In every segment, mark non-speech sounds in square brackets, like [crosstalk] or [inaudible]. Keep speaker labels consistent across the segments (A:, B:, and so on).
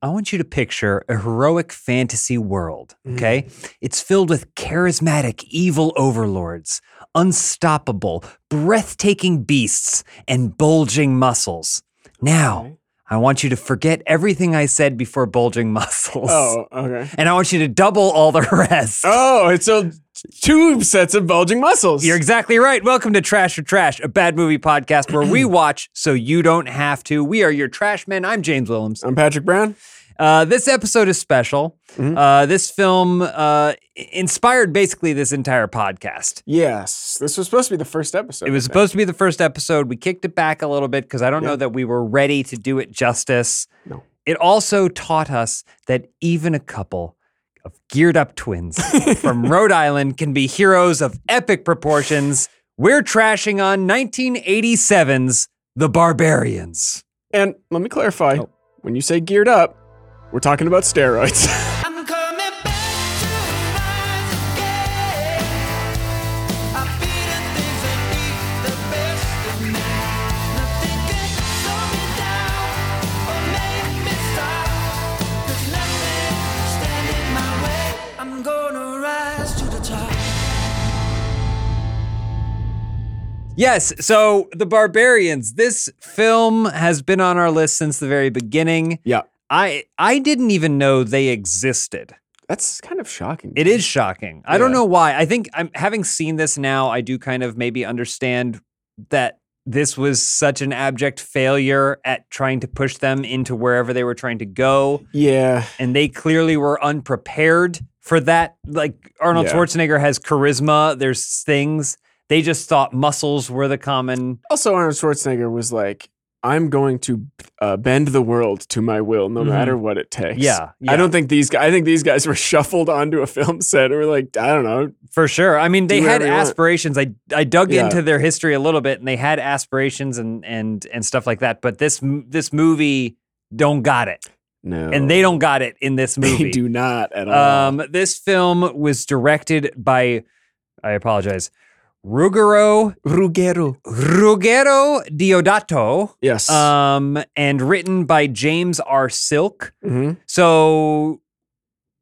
A: I want you to picture a heroic fantasy world, okay?
B: Mm.
A: It's filled with charismatic evil overlords, unstoppable, breathtaking beasts, and bulging muscles. Now,
B: Okay.
A: I want you to forget everything I said before bulging [laughs] muscles.
B: Oh, okay.
A: And I want you to double all the [laughs] rest.
B: Oh, it's so two sets of bulging muscles.
A: You're exactly right. Welcome to Trash or Trash, a bad movie podcast where
B: [clears throat]
A: we watch so you don't have to. We are your trash men. I'm James Willems.
B: I'm Patrick Brown.
A: Uh, this episode is special. Uh, this film uh, inspired basically this entire podcast.
B: Yes, this was supposed to be the first episode.
A: It was supposed to be the first episode. We kicked it back a little bit because I don't know that we were ready to do it justice.
B: No.
A: It also taught us that even a couple of geared up twins from Rhode Island can be heroes of epic proportions. We're trashing on 1987's The Barbarians.
B: And let me clarify:
A: Oh.
B: when you say geared up, we're talking about steroids. [laughs]
C: I'm coming back to rise again. I beaten things that beat the best of me. Nothing can slow me down or make me stop. 'Cause nothing stand in my way. I'm gonna rise to the top.
A: Yes, so The Barbarians. This film has been on our list since the very beginning.
B: yeah,
A: I I didn't even know they existed.
B: that's kind of shocking.
A: It is shocking. I don't
B: Yeah.
A: know why. I think I'm having seen this now, I do kind of maybe understand that this was such an abject failure at trying to push them into wherever they were trying to go
B: Yeah,
A: and they clearly were unprepared for that. Like Arnold
B: Yeah.
A: Schwarzenegger has charisma, there's things they just thought muscles were the common
B: Also, Arnold Schwarzenegger was like, "I'm going to uh, bend the world to my will, no
A: Mhm.
B: matter what it takes."
A: Yeah, yeah.
B: I don't think these guys. I think these guys [laughs] were shuffled onto a film set, and were like, "I don't know."
A: For sure. I mean, they
B: Do
A: had
B: whatever you want.
A: aspirations. I I dug
B: Yeah.
A: into their history a little bit, and they had aspirations and and and stuff like that. But this m- this movie don't got it,
B: No,
A: and they don't got it in this
B: [laughs] They
A: movie.
B: do not at all.
A: Um, this film was directed by, I apologize, Ruggero
B: Ruggero.
A: Ruggero Diodato,
B: Yes.
A: um, and written by James R. Silk.
B: Mhm.
A: So,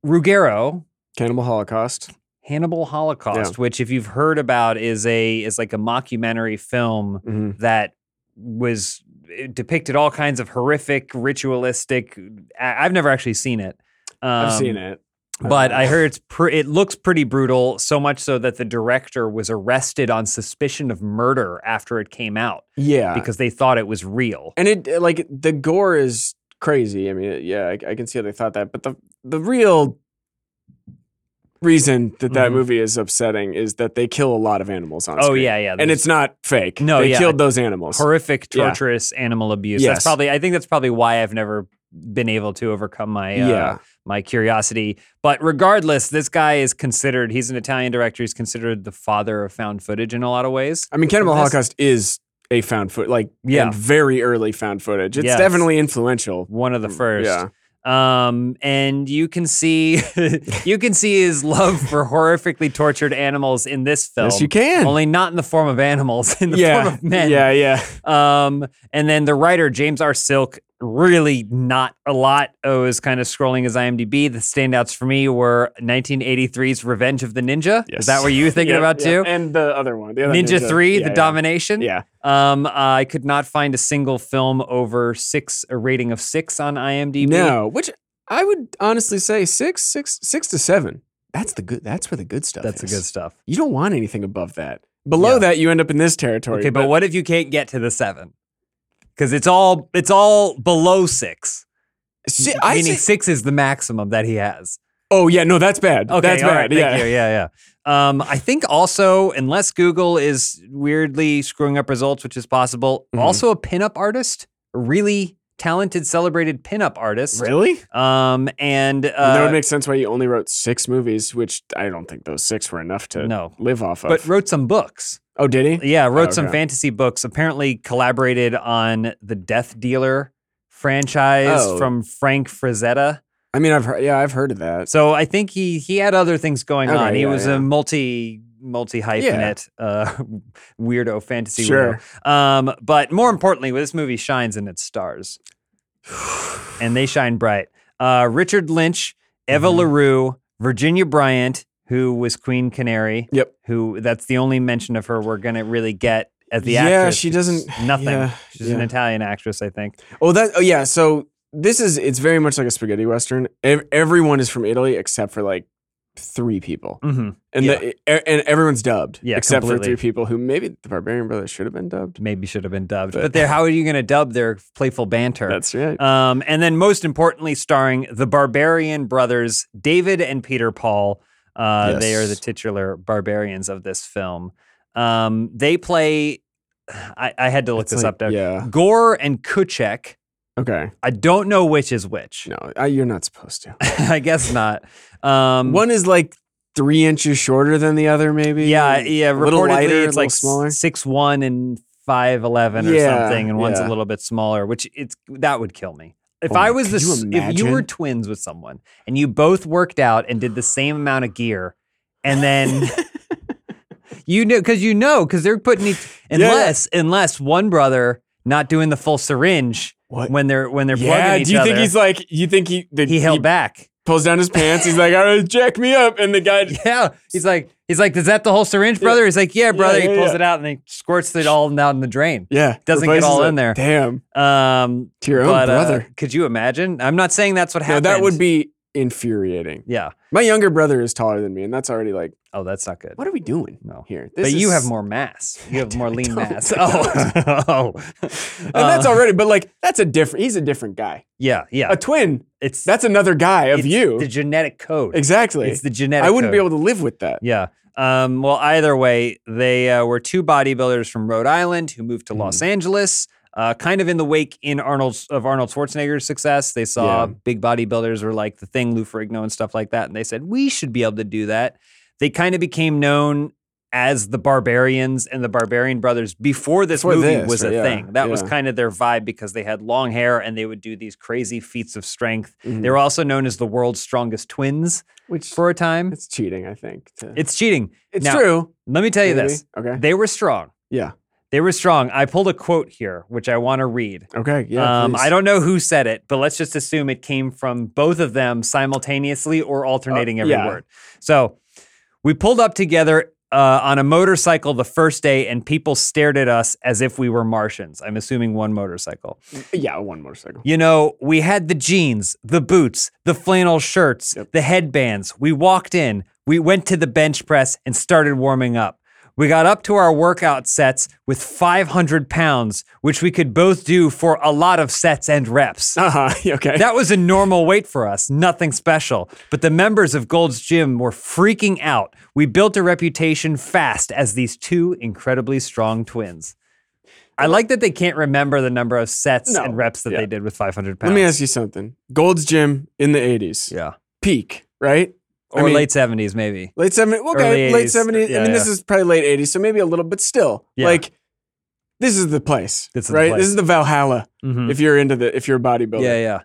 A: Ruggero,
B: Cannibal Holocaust.
A: Hannibal Holocaust, which if you've heard about is a is like a mockumentary film
B: Mhm.
A: that was it depicted all kinds of horrific ritualistic I- I've never actually seen it.
B: I've
A: Um,
B: seen it,
A: But I
B: [laughs]
A: heard it's pr- it looks pretty brutal, so much so that the director was arrested on suspicion of murder after it came out
B: yeah,
A: because they thought it was real.
B: and it like the gore is crazy. I mean, yeah, I, I can see how they thought that, but the the real reason that that
A: Mhm.
B: movie is upsetting is that they kill a lot of animals on
A: Oh
B: screen.
A: yeah, yeah.
B: and
A: there's
B: it's not fake.
A: No,
B: they
A: yeah.
B: killed those animals.
A: horrific,
B: Yeah.
A: torturous animal abuse. That's
B: Yes.
A: probably I think that's probably why I've never been able to overcome my uh,
B: Yeah.
A: my curiosity. But regardless, this guy is considered he's an Italian director. He's considered the father of found footage in a lot of ways.
B: I mean, Cannibal
A: This-
B: Holocaust is a found foot, like
A: Yeah.
B: and very early found footage. It's
A: Yes.
B: definitely influential.
A: One of the first.
B: Mm, Yeah,
A: Um, and you can see [laughs] you can see his
B: [laughs]
A: love for horrifically tortured animals in this film.
B: yes, you can.
A: Only not in the form of animals, [laughs] in the
B: yeah,
A: form of men.
B: yeah, yeah.
A: Um, and then the writer, James R. Silk, really not a lot. I was kind of scrolling his IMDb. The standouts for me were 1983's Revenge of the Ninja. Is
B: Yes.
A: that what you
B: [laughs]
A: were thinking
B: Yeah,
A: about
B: yeah.
A: too?
B: And the other one, the other
A: Ninja, 3,
B: Yeah,
A: The
B: yeah.
A: Domination.
B: Yeah,
A: Um, I could not find a single film over six, a rating of six on IMDb.
B: no, which I would honestly say six, six, six to seven. That's the good. That's where the good stuff.
A: That's the
B: is.
A: good stuff.
B: You don't want anything above that. Below
A: Yeah.
B: that, you end up in this territory.
A: Okay, but what if you can't get to the seven? Because it's all it's all below six.
B: See, I
A: meaning
B: say-
A: six is the maximum that he has.
B: oh yeah, no, that's bad.
A: Okay,
B: that's
A: all
B: bad.
A: right,
B: yeah.
A: Thank you. Yeah, yeah. Um, I think also, unless Google is weirdly screwing up results, which is possible,
B: Mhm.
A: also a pinup artist, a really talented, celebrated pinup artist.
B: [laughs] Really?
A: Um, and uh,
B: that would make sense why you only wrote six movies, which I don't think those six were enough to
A: No.
B: live off of.
A: but wrote some books.
B: oh, did he?
A: Yeah, wrote some
B: okay.
A: fantasy books. Apparently, collaborated on the Death Dealer franchise
B: Oh.
A: from Frank Frazetta.
B: I mean, I've heard, yeah, I've heard of that.
A: So I think he he had other things going
B: Okay,
A: on. He
B: yeah,
A: was
B: yeah.
A: a multi multi hyphenate uh, [laughs] weirdo fantasy weirdo.
B: Sure.
A: Um,
B: [sighs]
A: but more importantly, well, this movie shines and it stars, and they shine bright. uh, Richard Lynch, Eva
B: Mm-hmm.
A: LaRue, Virginia Bryant, who was Queen Canary.
B: Yep.
A: Who that's the only mention of her we're gonna really get as the
B: Yeah,
A: actress.
B: she
A: because
B: doesn't-
A: nothing.
B: yeah,
A: She's an
B: yeah.
A: Italian actress, I think.
B: Oh, that. Oh, yeah. So this is. It's very much like a spaghetti western. Ev- everyone is from Italy except for like three people,
A: hmm
B: and
A: Yeah.
B: the, e- and everyone's dubbed.
A: Yeah,
B: except for
A: completely.
B: three people who maybe the Barbarian Brothers should have been dubbed.
A: Maybe should have been dubbed, but,
B: But-
A: they're how are you gonna dub their playful banter?
B: That's right.
A: Um, and then most importantly, starring the Barbarian brothers, David and Peter Paul. Uh, They are the
B: Yes.
A: titular barbarians of this film. Um, they play. [sighs] I, I had to look
B: It's
A: this
B: like-
A: up. Doug.
B: Yeah.
A: Gore and Kuchek.
B: Okay.
A: I don't know which is which.
B: No, I, you're not supposed to.
A: [laughs] I guess
B: [laughs]
A: not. Um,
B: One is like three inches shorter than the other, maybe.
A: yeah, yeah.
B: A little
A: Reportedly,
B: lighter, a
A: it's like
B: little smaller.
A: six one and five eleven or
B: Yeah,
A: something, and one's a
B: yeah.
A: little bit smaller. Which it's that would kill me if
B: Oh
A: I
B: my-
A: was
B: could
A: this.
B: you
A: if you were
B: imagine?
A: twins with someone and you both worked out and did the same amount of gear, and
B: [laughs]
A: then. You know, because you know, because they're putting each
B: Yeah, yeah.
A: unless unless one brother not doing the full syringe
B: What?
A: when they're when they're
B: yeah.
A: plugging each
B: Do you
A: other.
B: think he's like? You think he? The,
A: he held back.
B: Pulls down his pants. He's like, "All right, jack me up," and the guy.
A: Yeah. He's like, he's like, is that the whole syringe, brother? He's like, yeah, brother.
B: yeah,
A: he pulls
B: yeah.
A: it out and he squirts it all down the drain.
B: [laughs] Yeah,
A: Doesn't get
B: replaces
A: all
B: it.
A: in there.
B: Damn,
A: Um,
B: to your own
A: but, uh,
B: brother.
A: could you imagine? I'm not saying that's what
B: no,
A: happened.
B: that would be infuriating.
A: Yeah.
B: My younger brother is taller than me, and that's already like,
A: Oh, that's not good.
B: what are we doing
A: No.
B: here?
A: But
B: This
A: you
B: is-
A: have more mass. You
B: [laughs]
A: have more
B: don't-
A: lean
B: don't-
A: mass.
B: I
A: Oh,
B: and
A: [laughs]
B: that's
A: Uh,
B: already. But like, that's a different. He's a different guy.
A: Yeah, yeah.
B: A twin.
A: It's
B: That's another guy of
A: it's
B: you.
A: The genetic code.
B: exactly.
A: It's the genetic.
B: I wouldn't
A: code.
B: be able to live with that.
A: Yeah. Um, well, either way, they uh, were two bodybuilders from Rhode Island who moved to
B: Mm.
A: Los Angeles. Uh, kind of in the wake in Arnold's of Arnold Schwarzenegger's success, they saw
B: Yeah.
A: big bodybuilders were like the thing, Lou Ferrigno and stuff like that, and they said we should be able to do that. They kind of became known as the Barbarians and the Barbarian Brothers before this
B: Before
A: movie
B: this,
A: was a
B: yeah,
A: thing. That was
B: yeah.
A: kind of their vibe because they had long hair and they would do these crazy feats of strength.
B: Mhm.
A: They were also known as the world's strongest twins
B: Which
A: for a time.
B: it's cheating, I think. to-
A: It's cheating.
B: it's
A: now-
B: true.
A: Let me tell you
B: maybe.
A: this.
B: Okay.
A: They were strong.
B: Yeah.
A: They were strong. I pulled a quote here, which I want to read.
B: Okay. Yeah.
A: um,
B: please.
A: I don't know who said it, but let's just assume it came from both of them simultaneously or alternating every
B: Uh, yeah.
A: word. So we pulled up together uh, on a motorcycle the first day, and people stared at us as if we were Martians. I'm assuming one motorcycle.
B: [laughs] Yeah. One motorcycle.
A: You know, we had the jeans, the boots, the flannel shirts,
B: Yep.
A: the headbands. We walked in, we went to the bench press and started warming up. We got up to our workout sets with 500 pounds, which we could both do for a lot of sets and reps.
B: Uh [laughs] huh. Okay.
A: That was a normal weight for us, nothing special. But the members of Gold's Gym were freaking out. We built a reputation fast as these two incredibly strong twins. I like that they can't remember the number of sets
B: No.
A: and reps that
B: Yeah.
A: they did with 500 pounds.
B: Let me ask you something. Gold's Gym in the 80s.
A: Yeah.
B: Peak, right? I
A: Or
B: mean-
A: late 70s, maybe.
B: Late 70s. Okay,
A: Early
B: late
A: 80s.
B: 70s.
A: Yeah,
B: I mean, this
A: yeah.
B: is probably late 80s, so maybe a little, but still,
A: Yeah.
B: like, this is the place,
A: This is the
B: right?
A: place.
B: This is the Valhalla
A: Mhm.
B: if you're into the, if you're a bodybuilder.
A: Yeah, yeah.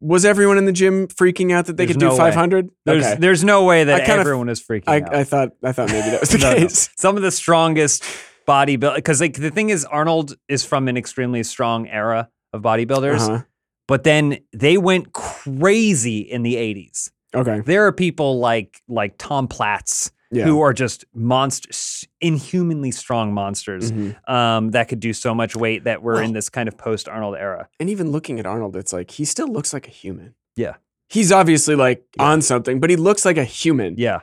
B: Was everyone in the gym freaking out that they
A: There's
B: could
A: no
B: do
A: way.
B: 500?
A: There's,
B: okay.
A: there's no way that
B: I kind of-
A: everyone is freaking
B: I,
A: out.
B: I thought, I thought maybe that [laughs] was the
A: No, no.
B: case.
A: Some of the strongest bodybuilders, because like the thing is, Arnold is from an extremely strong era of bodybuilders.
B: Uh-huh.
A: but then they went crazy in the 80s
B: Okay.
A: there are people like like tom platz
B: Yeah.
A: who are just monsters inhumanly strong monsters
B: Mhm.
A: um, that could do so much weight that we're in
B: Well-
A: this kind of post arnold era
B: And even looking at Arnold, it's like, he still looks like a human.
A: Yeah.
B: He's obviously like on something, but he looks like a human.
A: yeah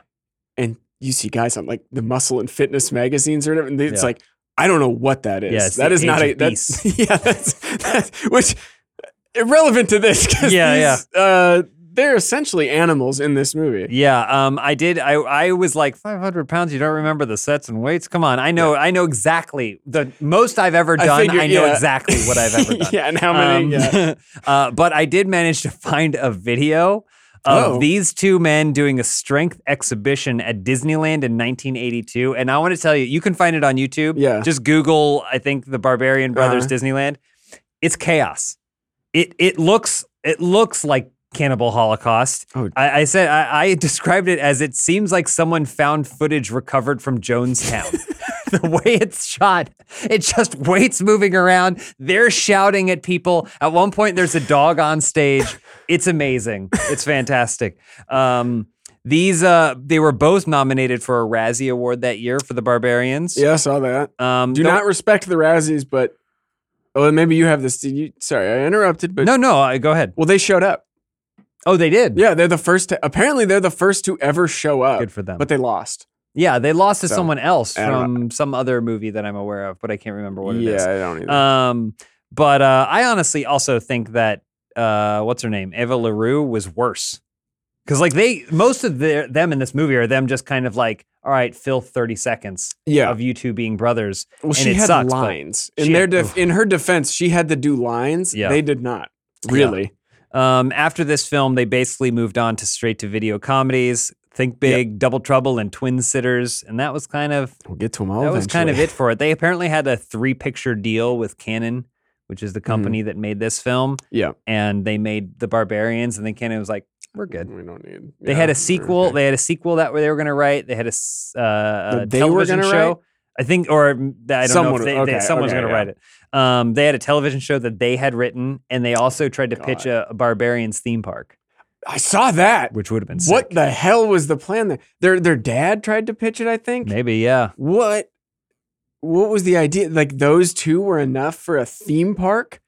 B: and you see guys on like the muscle and fitness magazines or whatever, and it's
A: Yeah.
B: like, I don't know what that is.
A: Yeah, it's
B: that
A: the
B: is not
A: age
B: a
A: of
B: that's [laughs] yeah, that's, that's which irrelevant to this because
A: Yeah,
B: yeah. uh they're essentially animals in this movie.
A: yeah um, i did I, I was like 500 pounds you don't remember the sets and weights come on i know i know exactly the most i've ever
B: I
A: done i,
B: figure-
A: know
B: yeah.
A: exactly what i've
B: [laughs]
A: ever done
B: yeah, and how many?
A: Um, [laughs]
B: yeah.
A: uh, but I did manage to find a video of
B: Oh.
A: these two men doing a strength exhibition at Disneyland in 1982. And I want to tell you, you can find it on YouTube.
B: Yeah.
A: Just Google, I think, the Barbarian Brothers
B: Uh-huh.
A: Disneyland. It's chaos. It it looks it looks like Cannibal Holocaust.
B: Oh.
A: I, I said
B: [laughs]
A: I, I described it as it seems like someone found footage recovered from Jonestown. the way it's shot, it just waits moving around. They're shouting at people. At one point, there's a dog on stage. It's amazing. It's fantastic. Um, these uh, they were both nominated for a Razzie Award that year for the Barbarians.
B: Yeah, I saw that.
A: Um,
B: Do
A: no-
B: not respect the Razzies, but oh, maybe you have this. Did you? Sorry, I interrupted. But
A: No, no. I, go ahead.
B: well, they showed up.
A: Oh, they did.
B: Yeah, they're the first. To, apparently, they're the first to ever show up.
A: Good for them.
B: But they lost.
A: Yeah, they lost to
B: So,
A: someone else
B: I don't
A: from some other movie that I'm aware of, but I can't remember what it
B: yeah,
A: is.
B: I don't either.
A: Um, but uh, I honestly also think that uh, what's her name, Eva Larue, was worse because like they most of their, them in this movie are them just kind of like, all right, fill thirty seconds
B: yeah.
A: of you two being brothers.
B: Well,
A: and
B: she
A: it
B: had
A: sucks, but
B: lines
A: she
B: in their
A: had-
B: def-
A: oof.
B: in her defense. She had to do lines.
A: Yeah.
B: They did not
A: Yeah.
B: really.
A: Um, after this film, they basically moved on to straight to video comedies. Think Big, Double Trouble, and Twin Sitters, and that was kind of
B: We'll get to them all.
A: that was kind of
B: eventually.
A: it for it. They apparently had a three picture deal with Canon, which
B: Mm-hmm.
A: is the company that made this film,
B: Yeah,
A: and they made The Barbarians, and then Canon was like, "We're good."
B: we don't need.
A: They
B: yeah,
A: had
B: we're
A: a sequel.
B: okay.
A: They had a sequel that they were going to write. They had a, s- uh, a
B: they were
A: television
B: gonna
A: show.
B: write?
A: I think, or mm, I don't know
B: Someone-
A: if they,
B: okay,
A: they, someone's
B: okay,
A: going to
B: yeah.
A: write it. Um, they had a television show that they had written, and they also tried to pitch
B: God.
A: a, a Barbarians theme park,
B: I saw that.
A: which would have been
B: What
A: sick.
B: the hell was the plan there? Their their dad tried to pitch it. I think.
A: Maybe, yeah.
B: What? What was the idea? Like those two were enough for a theme park?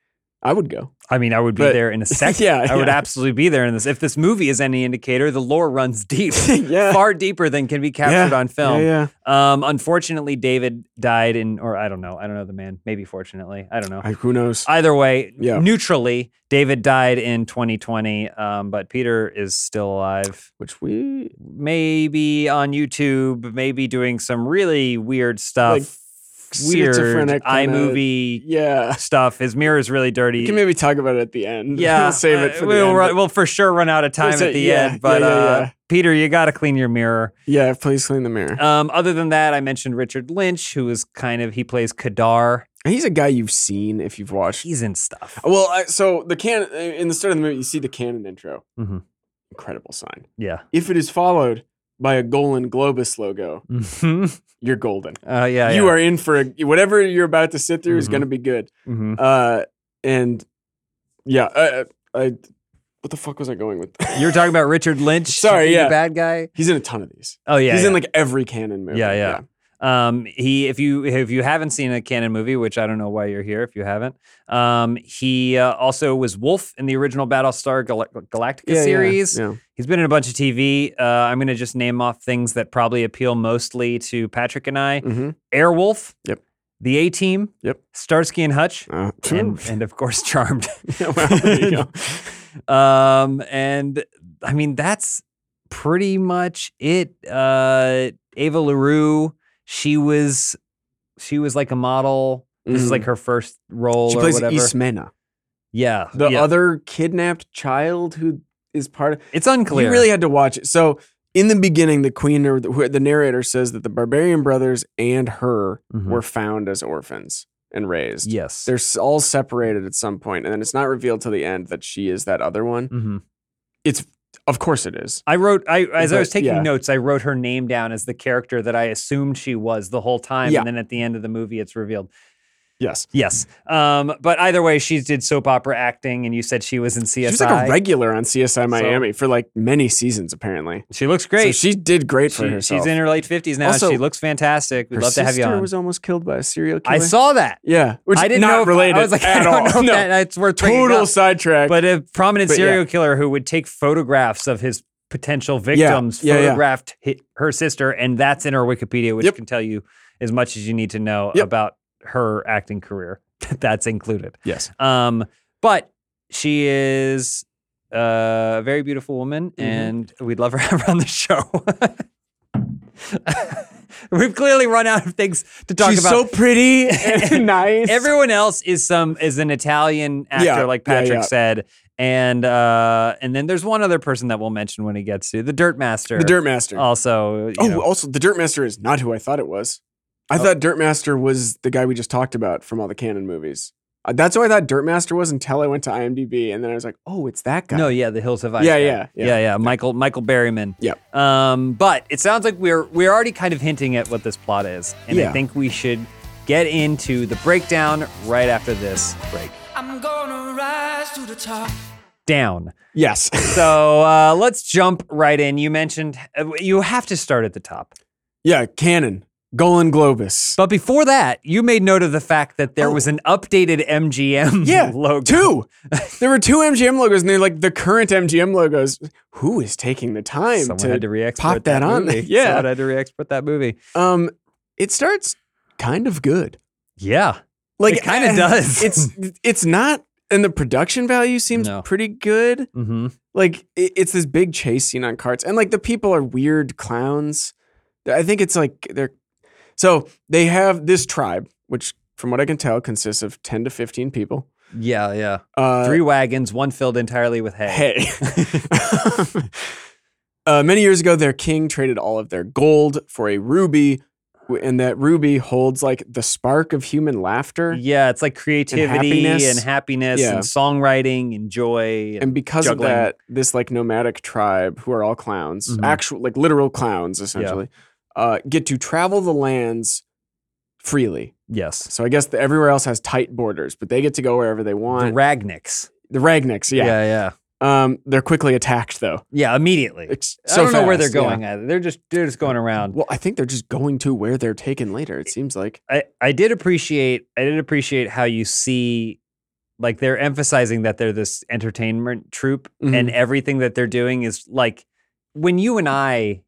B: I would go. [laughs]
A: I mean, I would be
B: But-
A: there in a second.
B: [laughs] Yeah,
A: I would
B: yeah.
A: absolutely be there in this. If this movie is any indicator, the lore runs
B: [laughs]
A: deep.
B: yeah.
A: far deeper than can be captured
B: Yeah.
A: on film.
B: Yeah, yeah.
A: Um, unfortunately, David died in, or I don't know, I don't know the man. Maybe fortunately, I don't know.
B: I- who knows?
A: Either way,
B: Yeah.
A: neutrally, David died in 2020, um, but Peter is still alive.
B: Which we
A: Maybe on YouTube, maybe doing some really weird stuff.
B: Like,
A: weird
B: schizophrenic
A: uh,
B: kinda- [laughs]
A: iMovie
B: yeah.
A: stuff. His mirror is really
B: We
A: dirty.
B: can maybe talk about it at the end.
A: yeah,
B: We'll [laughs] save it
A: uh,
B: for the
A: we'll,
B: end.
A: run-
B: but-
A: we'll for sure run out of time
B: say-
A: at the
B: yeah,
A: end. But
B: yeah, yeah,
A: uh,
B: yeah.
A: Peter, you got to clean your mirror.
B: yeah, please clean the mirror.
A: Um, other than that, I mentioned Richard Lynch, who is kind of he plays Kadar.
B: He's a guy you've seen if you've watched.
A: He's in stuff.
B: Well, I, so the can in the start of the movie, you see the cannon intro.
A: Mhm.
B: Incredible sign.
A: Yeah.
B: If it is followed by a Golan Globus logo,
A: Mhm.
B: you're golden.
A: uh, yeah.
B: you are in for a, whatever you're about to sit through is
A: Mhm.
B: going to be good.
A: hmm
B: Uh, and yeah, uh, I what the fuck was I going with? [laughs]
A: You're talking about Richard Lynch.
B: Sorry,
A: being the
B: yeah.
A: bad guy.
B: He's in a ton of these.
A: Oh yeah.
B: He's
A: yeah.
B: in like every canon movie.
A: Yeah, yeah. Um, he if you if you haven't seen a canon movie, which I don't know why you're here if you haven't. Um, he uh, also was Wolf in the original Battlestar Gal- Galactica
B: Yeah, yeah,
A: series.
B: yeah.
A: He's been in a bunch of TV. Uh, I'm gonna just name off things that probably appeal mostly to Patrick [laughs] and I.
B: Mhm.
A: Airwolf.
B: Yep.
A: The A Team.
B: Yep.
A: Starsky and Hutch.
B: Uh,
A: [laughs] And, and of course, Charmed.
B: well, [laughs] there you go.
A: [laughs] um, and I mean, that's pretty much it. Uh, Ava LaRue, she was, she was like a model. This is
B: Mhm.
A: like her first role
B: she
A: or
B: plays
A: whatever.
B: Ismena,
A: yeah.
B: the
A: yeah.
B: other kidnapped child who is part of.
A: it's unclear.
B: You really had to watch it. So in the beginning, the queen or the, the narrator says that the barbarian brothers and her
A: Mhm.
B: were found as orphans and raised.
A: yes.
B: They're s- all separated at some point, and then it's not revealed till the end that she is that other one.
A: hmm
B: It's of course it is.
A: I wrote, I as I
B: But,
A: was taking
B: yeah.
A: notes, I wrote her name down as the character that I assumed she was the whole time,
B: Yeah.
A: and then at the end of the movie, it's revealed.
B: Yes,
A: Yes. Um, but either way, she did soap opera acting, and you said she was in CSI.
B: she was like a regular on CSI Miami for like many seasons apparently.
A: She looks
B: So
A: great.
B: she did great for
A: She-
B: herself.
A: she's in her late fifties now.
B: Also,
A: she looks fantastic. We'd
B: Her
A: love to have you
B: sister
A: on.
B: was almost killed by a serial killer.
A: I saw that.
B: Yeah, which
A: I didn't
B: not
A: know. If,
B: related
A: I was like, [laughs]
B: at
A: I don't
B: all.
A: know if
B: no,
A: that, that's worth bringing
B: total
A: up.
B: sidetrack.
A: But a prominent
B: But yeah.
A: serial killer who would take photographs of his potential victims
B: Yeah, yeah.
A: photographed hi her sister, and that's in her Wikipedia, which
B: Yep.
A: can tell you as much as you need to know
B: Yep.
A: about her acting career. [laughs] that's included.
B: yes,
A: Um, but she is uh, a very beautiful woman,
B: Mhm.
A: and we'd love to have her [laughs] on the show. We've clearly run out of things to talk
B: she's
A: about.
B: so
A: [laughs]
B: pretty and [laughs] nice.
A: Everyone else is some is an Italian actor,
B: Yeah,
A: like
B: yeah,
A: Patrick
B: yeah.
A: said, and uh, and then there's one other person that we'll mention when he gets to the Dirt Master.
B: the Dirt Master.
A: also. you
B: oh,
A: know.
B: also the Dirt Master is not who I thought it was. I
A: Oh.
B: thought Dirt Master was the guy we just talked about from all the canon movies. Uh, that's who I thought Dirtmaster was until I went to IMDb, and then I was like, oh, it's that guy.
A: No, yeah, the Hills Have Eyes.
B: Yeah,
A: guy.
B: yeah, yeah.
A: yeah, Michael Michael Berryman.
B: Yep.
A: Um, but it sounds like we're we're already kind of hinting at what this plot is, and I
B: Yeah.
A: think we should get into the breakdown right after this break.
C: I'm gonna rise to the top.
A: Down.
B: Yes. [laughs]
A: So uh, let's jump right in. You mentioned uh, you have to start at the top,
B: yeah, Canon.
A: [laughs]
B: Golan Globus.
A: but before that, you made note of the fact that there was an updated MGM
B: Oh. [laughs] Yeah,
A: [laughs] logo.
B: Two. there were two MGM logos, and they're like the current MGM logos. Who is taking the time
A: Someone
B: to,
A: had to re-export
B: pop that, on?
A: movie. [laughs]
B: there? [laughs] Yeah.
A: Someone had to re-export that movie.
B: Um, it starts kind of good.
A: Yeah,
B: Like
A: It kinda
B: I-
A: does.
B: [laughs] It's it's not, and the production value seems
A: No.
B: pretty good.
A: mm-hmm.
B: Like it, it's this big chase scene on carts, and like the people are weird clowns. I think it's like they're so they have this tribe, which from what I can tell consists of ten to fifteen people.
A: yeah, yeah.
B: Uh, [laughs]
A: Three wagons, one filled entirely with hay.
B: hey.
A: [laughs]
B: [laughs] uh, many years ago, their king traded all of their gold for a ruby, w- and that ruby holds like the spark of human laughter.
A: Yeah, it's like creativity and happiness
B: happiness.
A: and,
B: Yeah.
A: songwriting and joy. And,
B: And because
A: Juggling.
B: of that, this like nomadic tribe who are all clowns,
A: Mhm.
B: actual like literal clowns essentially, uh, get to travel the lands freely.
A: yes,
B: So I guess the, everywhere else has tight borders, but they get to go wherever they
A: the
B: want.
A: Ragniks.
B: The, Ragniks, yeah.
A: yeah, yeah,
B: Um, they're quickly attacked though.
A: Yeah, Immediately.
B: It's
A: I don't
B: so
A: know where they're
B: fast, yeah.
A: going either. They're just they're just going around.
B: Well, I think they're just going to where they're taken later. It seems like.
A: I I did appreciate I did appreciate how you see like they're emphasizing that they're this entertainment troupe
B: Mm-hmm.
A: and everything that they're doing is like when you and I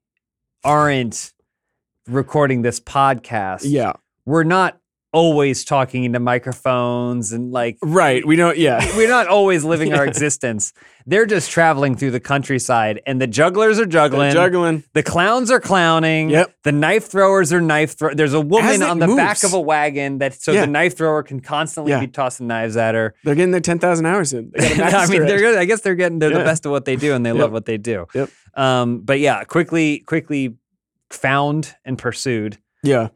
A: aren't recording this podcast.
B: Yeah.
A: we're not always talking into microphones and like
B: Right. We don't. Yeah.
A: we're not always living our
B: [laughs] Yeah.
A: existence. They're just traveling through the countryside and the jugglers are
B: They're
A: juggling.
B: juggling.
A: The clowns are clowning.
B: Yep.
A: The knife throwers are knife throw. There's a woman
B: As it
A: on the back
B: moves.
A: of a wagon that so
B: Yeah.
A: the knife thrower can constantly
B: Yeah.
A: be tossing knives at her.
B: They're getting their ten thousand hours in. They
A: [laughs]
B: gotta
A: I
B: master
A: mean,
B: it.
A: they're good. I guess they're getting they're the
B: Yeah.
A: best at what they do and they
B: Yep.
A: love what they do.
B: Yep.
A: Um, but yeah, quickly, quickly found and pursued.
B: yeah.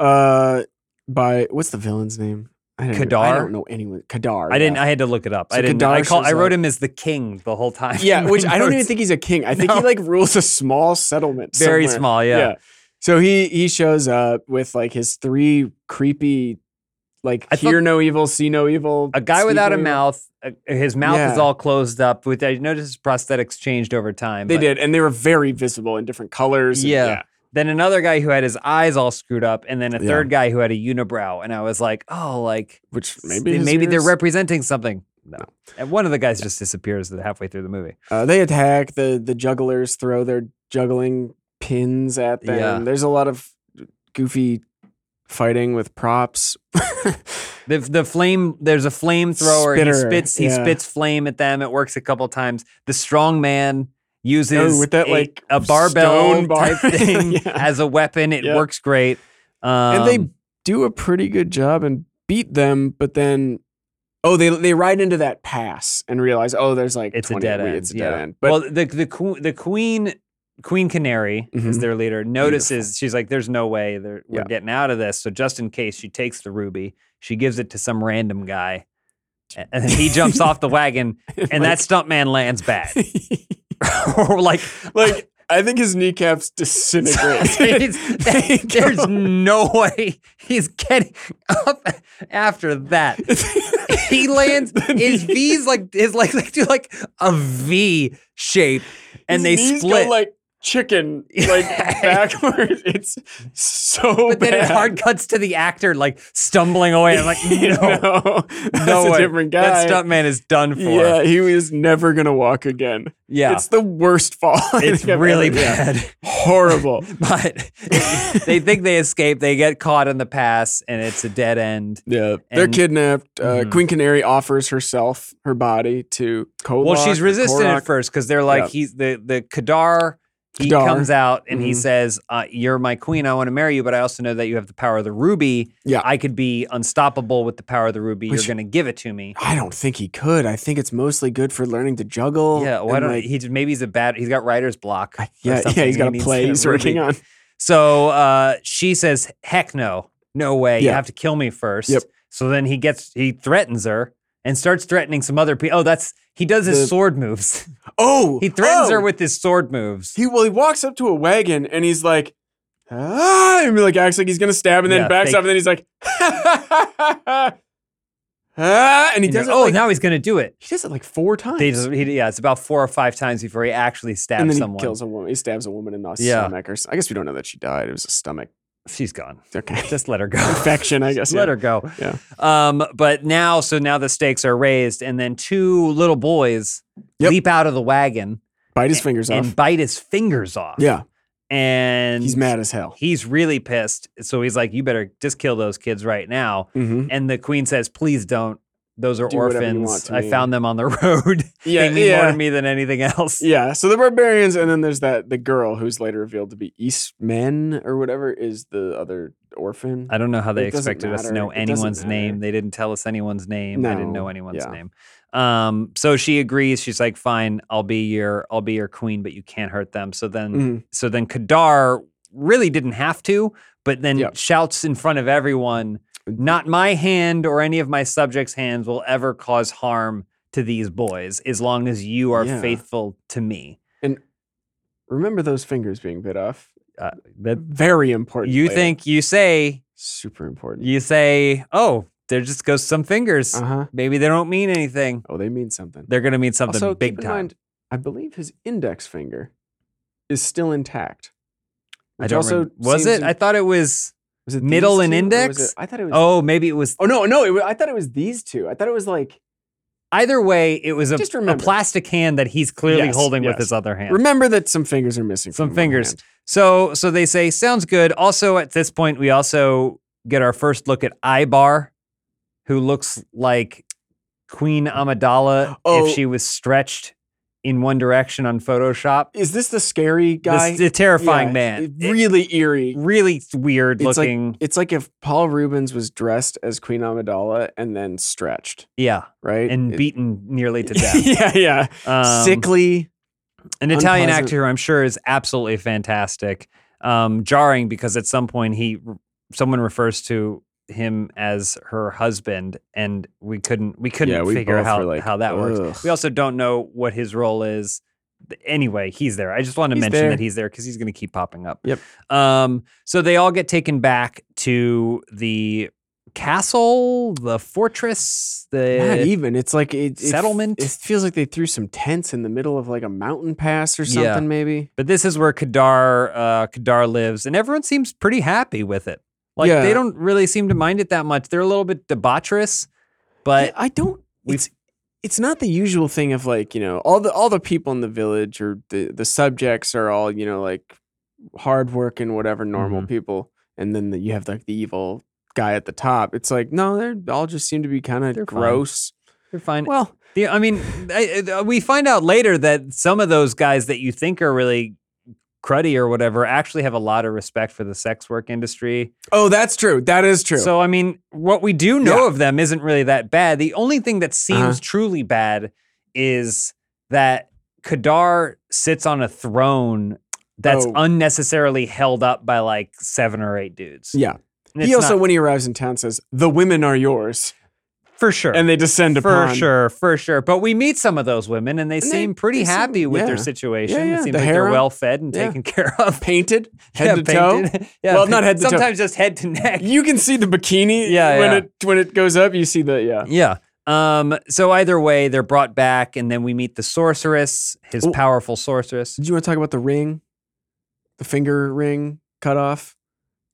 B: Uh, by what's the villain's name? I don't, even- I
A: Kadar?
B: don't know anyone. Kadar.
A: I didn't.
B: yeah.
A: I had to look it up.
B: So
A: I didn't. know. I
B: Kadarsh
A: call.
B: is
A: I wrote
B: like-
A: him as the king the whole
B: [laughs]
A: time. [laughs]
B: yeah,
A: in my
B: which I don't
A: notes.
B: even think he's a king.
A: [laughs]
B: I think
A: No.
B: he like rules a small settlement.
A: very
B: somewhere.
A: small. Yeah.
B: So he he shows up with like his three creepy, like
A: I thought-
B: hear no evil, see no evil.
A: a guy
B: speak
A: without
B: no
A: a
B: evil.
A: mouth. uh, his mouth is
B: Yeah.
A: all closed up. With I noticed his prosthetics changed over time.
B: They
A: but-
B: did, and they were very visible in different colors. and-
A: Yeah. Then another guy who had his eyes all screwed up, and then a
B: Yeah.
A: third guy who had a unibrow. And I was like, oh, like
B: Which
A: s-
B: maybe his
A: maybe they're
B: ears?
A: representing something. No. And one of the guys just disappears halfway through the movie.
B: Uh, they attack the the jugglers throw their juggling pins at them.
A: Yeah.
B: There's a lot of goofy fighting with props. [laughs]
A: The, the flame, there's a flamethrower. He
B: Spitter,
A: spits, he
B: yeah.
A: spits flame at them. It works a couple times. The strong man uses
B: Oh, with that,
A: a,
B: like,
A: a barbell
B: stone bar.
A: type
B: [laughs]
A: thing
B: Yeah.
A: as a weapon. It
B: Yeah.
A: works great. Um,
B: and they do a pretty good job and beat them, but then oh they they ride into that pass and realize oh there's like
A: it's a
B: 20
A: dead
B: we-
A: end.
B: It's a dead
A: yeah.
B: end. But [laughs]
A: well, the the que- the queen Queen Canary is
B: Mhm.
A: their leader. Notices she's like, "There's no way they're, we're
B: Yeah.
A: getting out of this." So just in case, she takes the ruby. She gives it to some random guy, a- and
B: [laughs]
A: he jumps off the wagon, and that stuntman lands bad. [laughs] or like,
B: [laughs] like I think his
A: [laughs]
B: kneecaps disintegrate. [laughs]
A: it's- [laughs] there's no way he's getting up after that.
B: [laughs]
A: he lands his V's like his legs like do like a V shape, and
B: His
A: they
B: knees go
A: split.
B: like chicken,
A: [laughs]
B: like backwards. It's so
A: but
B: bad.
A: then it
B: [laughs]
A: hard cuts to the actor like stumbling away. I'm like, no, [laughs] no,
B: that's a
A: way.
B: different guy.
A: That stuntman is done for.
B: yeah, [laughs] he was never gonna walk again.
A: Yeah.
B: it's the worst fall. [laughs] I
A: It's
B: think I've
A: really
B: ever- yeah.
A: bad.
B: [laughs]
A: [laughs]
B: horrible. [laughs]
A: But they think they escape. They get caught in the pass, and it's a dead end.
B: Yeah, they're
A: And-
B: kidnapped. Uh,
A: Mhm.
B: Queen Canary offers herself, her body to Kolok.
A: Well, she's
B: or
A: resistant
B: Korok.
A: at first because they're like,
B: Yeah.
A: he's the the Kadar. He
B: Kadar.
A: comes out and he
B: Mhm.
A: says, uh, "You're my queen. I want to marry you, but I also know that you have the power of the ruby.
B: Yeah.
A: I could be unstoppable with the power of the ruby.
B: Which-
A: You're going to give it to me."
B: I don't think he could. I think it's mostly good for learning to juggle.
A: Yeah, why
B: and,
A: don't
B: like,
A: he? Just, maybe he's a bad. He's got writer's block. or
B: Yeah, [laughs] yeah,
A: something.
B: he's
A: He
B: got a
A: needs
B: play
A: that
B: he's working
A: ruby.
B: on.
A: So uh, she says, "Heck no, no way! You
B: Yeah.
A: have to kill me first.
B: Yep.
A: So then he gets he threatens her and starts threatening some other people. Oh, that's he does his
B: The-
A: sword moves. [laughs]
B: Oh,
A: He threatens
B: oh!
A: her with his sword moves.
B: He well, he walks up to a wagon and he's like, ah, and like acts like he's gonna stab, and then
A: Yeah,
B: backs
A: fake-
B: up, and then he's like, ah, and he
A: And you're-
B: does it.
A: oh,
B: like,
A: now he's gonna do it.
B: he does it like four times.
A: They just, he, yeah, it's about four or five times before he actually stabs
B: and then
A: someone.
B: he kills a woman. He stabs a woman in the
A: Yeah.
B: stomach, or s- I guess we don't know that she died. It was a stomach.
A: She's gone.
B: Okay, [laughs]
A: Just let her go.
B: infection, I guess.
A: Just [laughs] let
B: yeah.
A: her go.
B: Yeah.
A: Um, but now, so now the stakes are raised, and then two little boys
B: Yep.
A: leap out of the wagon
B: bite his fingers off.
A: and bite his fingers off.
B: yeah,
A: And
B: he's mad as hell.
A: He's really pissed. So he's like, you better just kill those kids right now.
B: Mm-hmm.
A: And the queen says, please don't. Those are
B: Do whatever you want
A: orphans.
B: to
A: I
B: me."
A: found them on the [laughs] road.
B: Yeah,
A: they mean more
B: yeah,
A: to me than anything else.
B: yeah. So the barbarians, and then there's that the girl who's later revealed to be Eastman or whatever is the other orphan.
A: I don't know how they
B: It doesn't
A: expected us to
B: matter.
A: know
B: It doesn't
A: anyone's name.
B: matter.
A: They didn't tell us anyone's name. I didn't know
B: No,
A: anyone's
B: yeah.
A: name. Um, so she agrees. She's like, "Fine, I'll be your I'll be your queen, but you can't hurt them." So then,
B: Mhm.
A: so then Kadar really didn't have to, but then
B: Yep.
A: shouts in front of everyone, "Not my hand or any of my subjects' hands will ever cause harm to these boys, as long as you are
B: Yeah.
A: faithful to me."
B: Remember those fingers being bit off?
A: Uh, that
B: Very important.
A: you
B: later.
A: think you say
B: super important.
A: you say, "Oh, there just goes some fingers."
B: Uh huh.
A: Maybe they don't mean anything.
B: Oh, they mean something.
A: They're gonna mean something
B: also,
A: big
B: keep in
A: time.
B: mind, I believe his index finger is still intact.
A: I
B: which
A: don't.
B: also
A: remem- was
B: seems Hmm.
A: it?
B: in-
A: I thought it was.
B: was it these
A: middle and
B: two, or was
A: index?
B: it- I thought it was.
A: Oh, maybe it was.
B: Oh no, no! It was, I thought it was these two. I thought it was like.
A: Either way, it was a,
B: Just
A: a
B: remember.
A: plastic hand that he's clearly
B: Yes,
A: holding with
B: yes.
A: his other hand.
B: Remember that some fingers are missing.
A: Some
B: from one
A: fingers.
B: hand.
A: So, so they say sounds good. Also, at this point, we also get our first look at Ibar, who looks like Queen Amidala
B: Oh.
A: if she was stretched in one direction on Photoshop.
B: Is this the scary
A: The-
B: guy?
A: the terrifying
B: Yeah,
A: man,
B: it- really eerie.
A: really weird
B: It's like-
A: looking.
B: It's like if Paul Rubens was dressed as Queen Amidala and then stretched,
A: yeah,
B: right?
A: and
B: It-
A: beaten nearly to death.
B: [laughs] yeah, yeah.
A: Um,
B: Sickly.
A: an Italian
B: unpleasant.
A: actor who I'm sure is absolutely fantastic. Um, jarring because at some point he, someone refers to him as her husband, and we couldn't we couldn't
B: Yeah, we
A: figure
B: both
A: out
B: were like,
A: how that
B: "Ugh."
A: works. We also don't know what his role is. Th- Anyway, he's there. I just want to
B: He's
A: mention
B: there.
A: that he's there because he's going to keep popping up.
B: Yep.
A: Um. So they all get taken back to the castle, the fortress, the
B: Not even. It's like it, it f-
A: settlement?
B: It feels like they threw some tents in the middle of like a mountain pass or
A: Yeah.
B: something, maybe.
A: But this is where Kadar uh, Kadar lives, and everyone seems pretty happy with it. Like
B: Yeah.
A: they don't really seem to mind it that much. They're a little bit debaucherous, but
B: Yeah, I don't.
A: we've-
B: It's it's not the usual thing of like you know all the all the people in the village or the the subjects are all you know like hardworking whatever normal
A: Mhm.
B: people, and then the, you have like the evil guy at the top. It's like no, they all just seem to be kind
A: They're
B: of
A: fine.
B: gross.
A: they're fine.
B: Well,
A: The- I mean, I, I- we find out later that some of those guys that you think are really cruddy or whatever actually have a lot of respect for the sex work industry.
B: oh, that's true. That is true.
A: So I mean, what we do know of them isn't really that bad. The only thing that seems
B: Uh-huh.
A: truly bad is that Kadar sits on a throne that's
B: Oh.
A: unnecessarily held up by like seven or eight dudes.
B: yeah,
A: And
B: he
A: it's
B: also
A: not-
B: when he arrives in town says the women are yours,
A: for sure.
B: and they descend
A: for
B: upon.
A: sure, for sure. But we meet some of those women, and they
B: they-
A: seem pretty
B: they seem-
A: happy with
B: yeah.
A: their situation.
B: Yeah,
A: It
B: yeah.
A: seems
B: The
A: like they're
B: harem.
A: well fed and
B: Yeah.
A: taken [laughs] care of.
B: Painted head
A: Yeah,
B: to toe.
A: painted. [laughs] Yeah,
B: Well, not head to toe.
A: Sometimes just head to neck.
B: [laughs] You can see the bikini
A: Yeah,
B: when
A: yeah.
B: it when it goes up. You see the yeah.
A: Yeah. Um, so either way, they're brought back, and then we meet the sorceress, his
B: Oh.
A: powerful sorceress.
B: Did you want to talk about the ring, the finger ring cut off,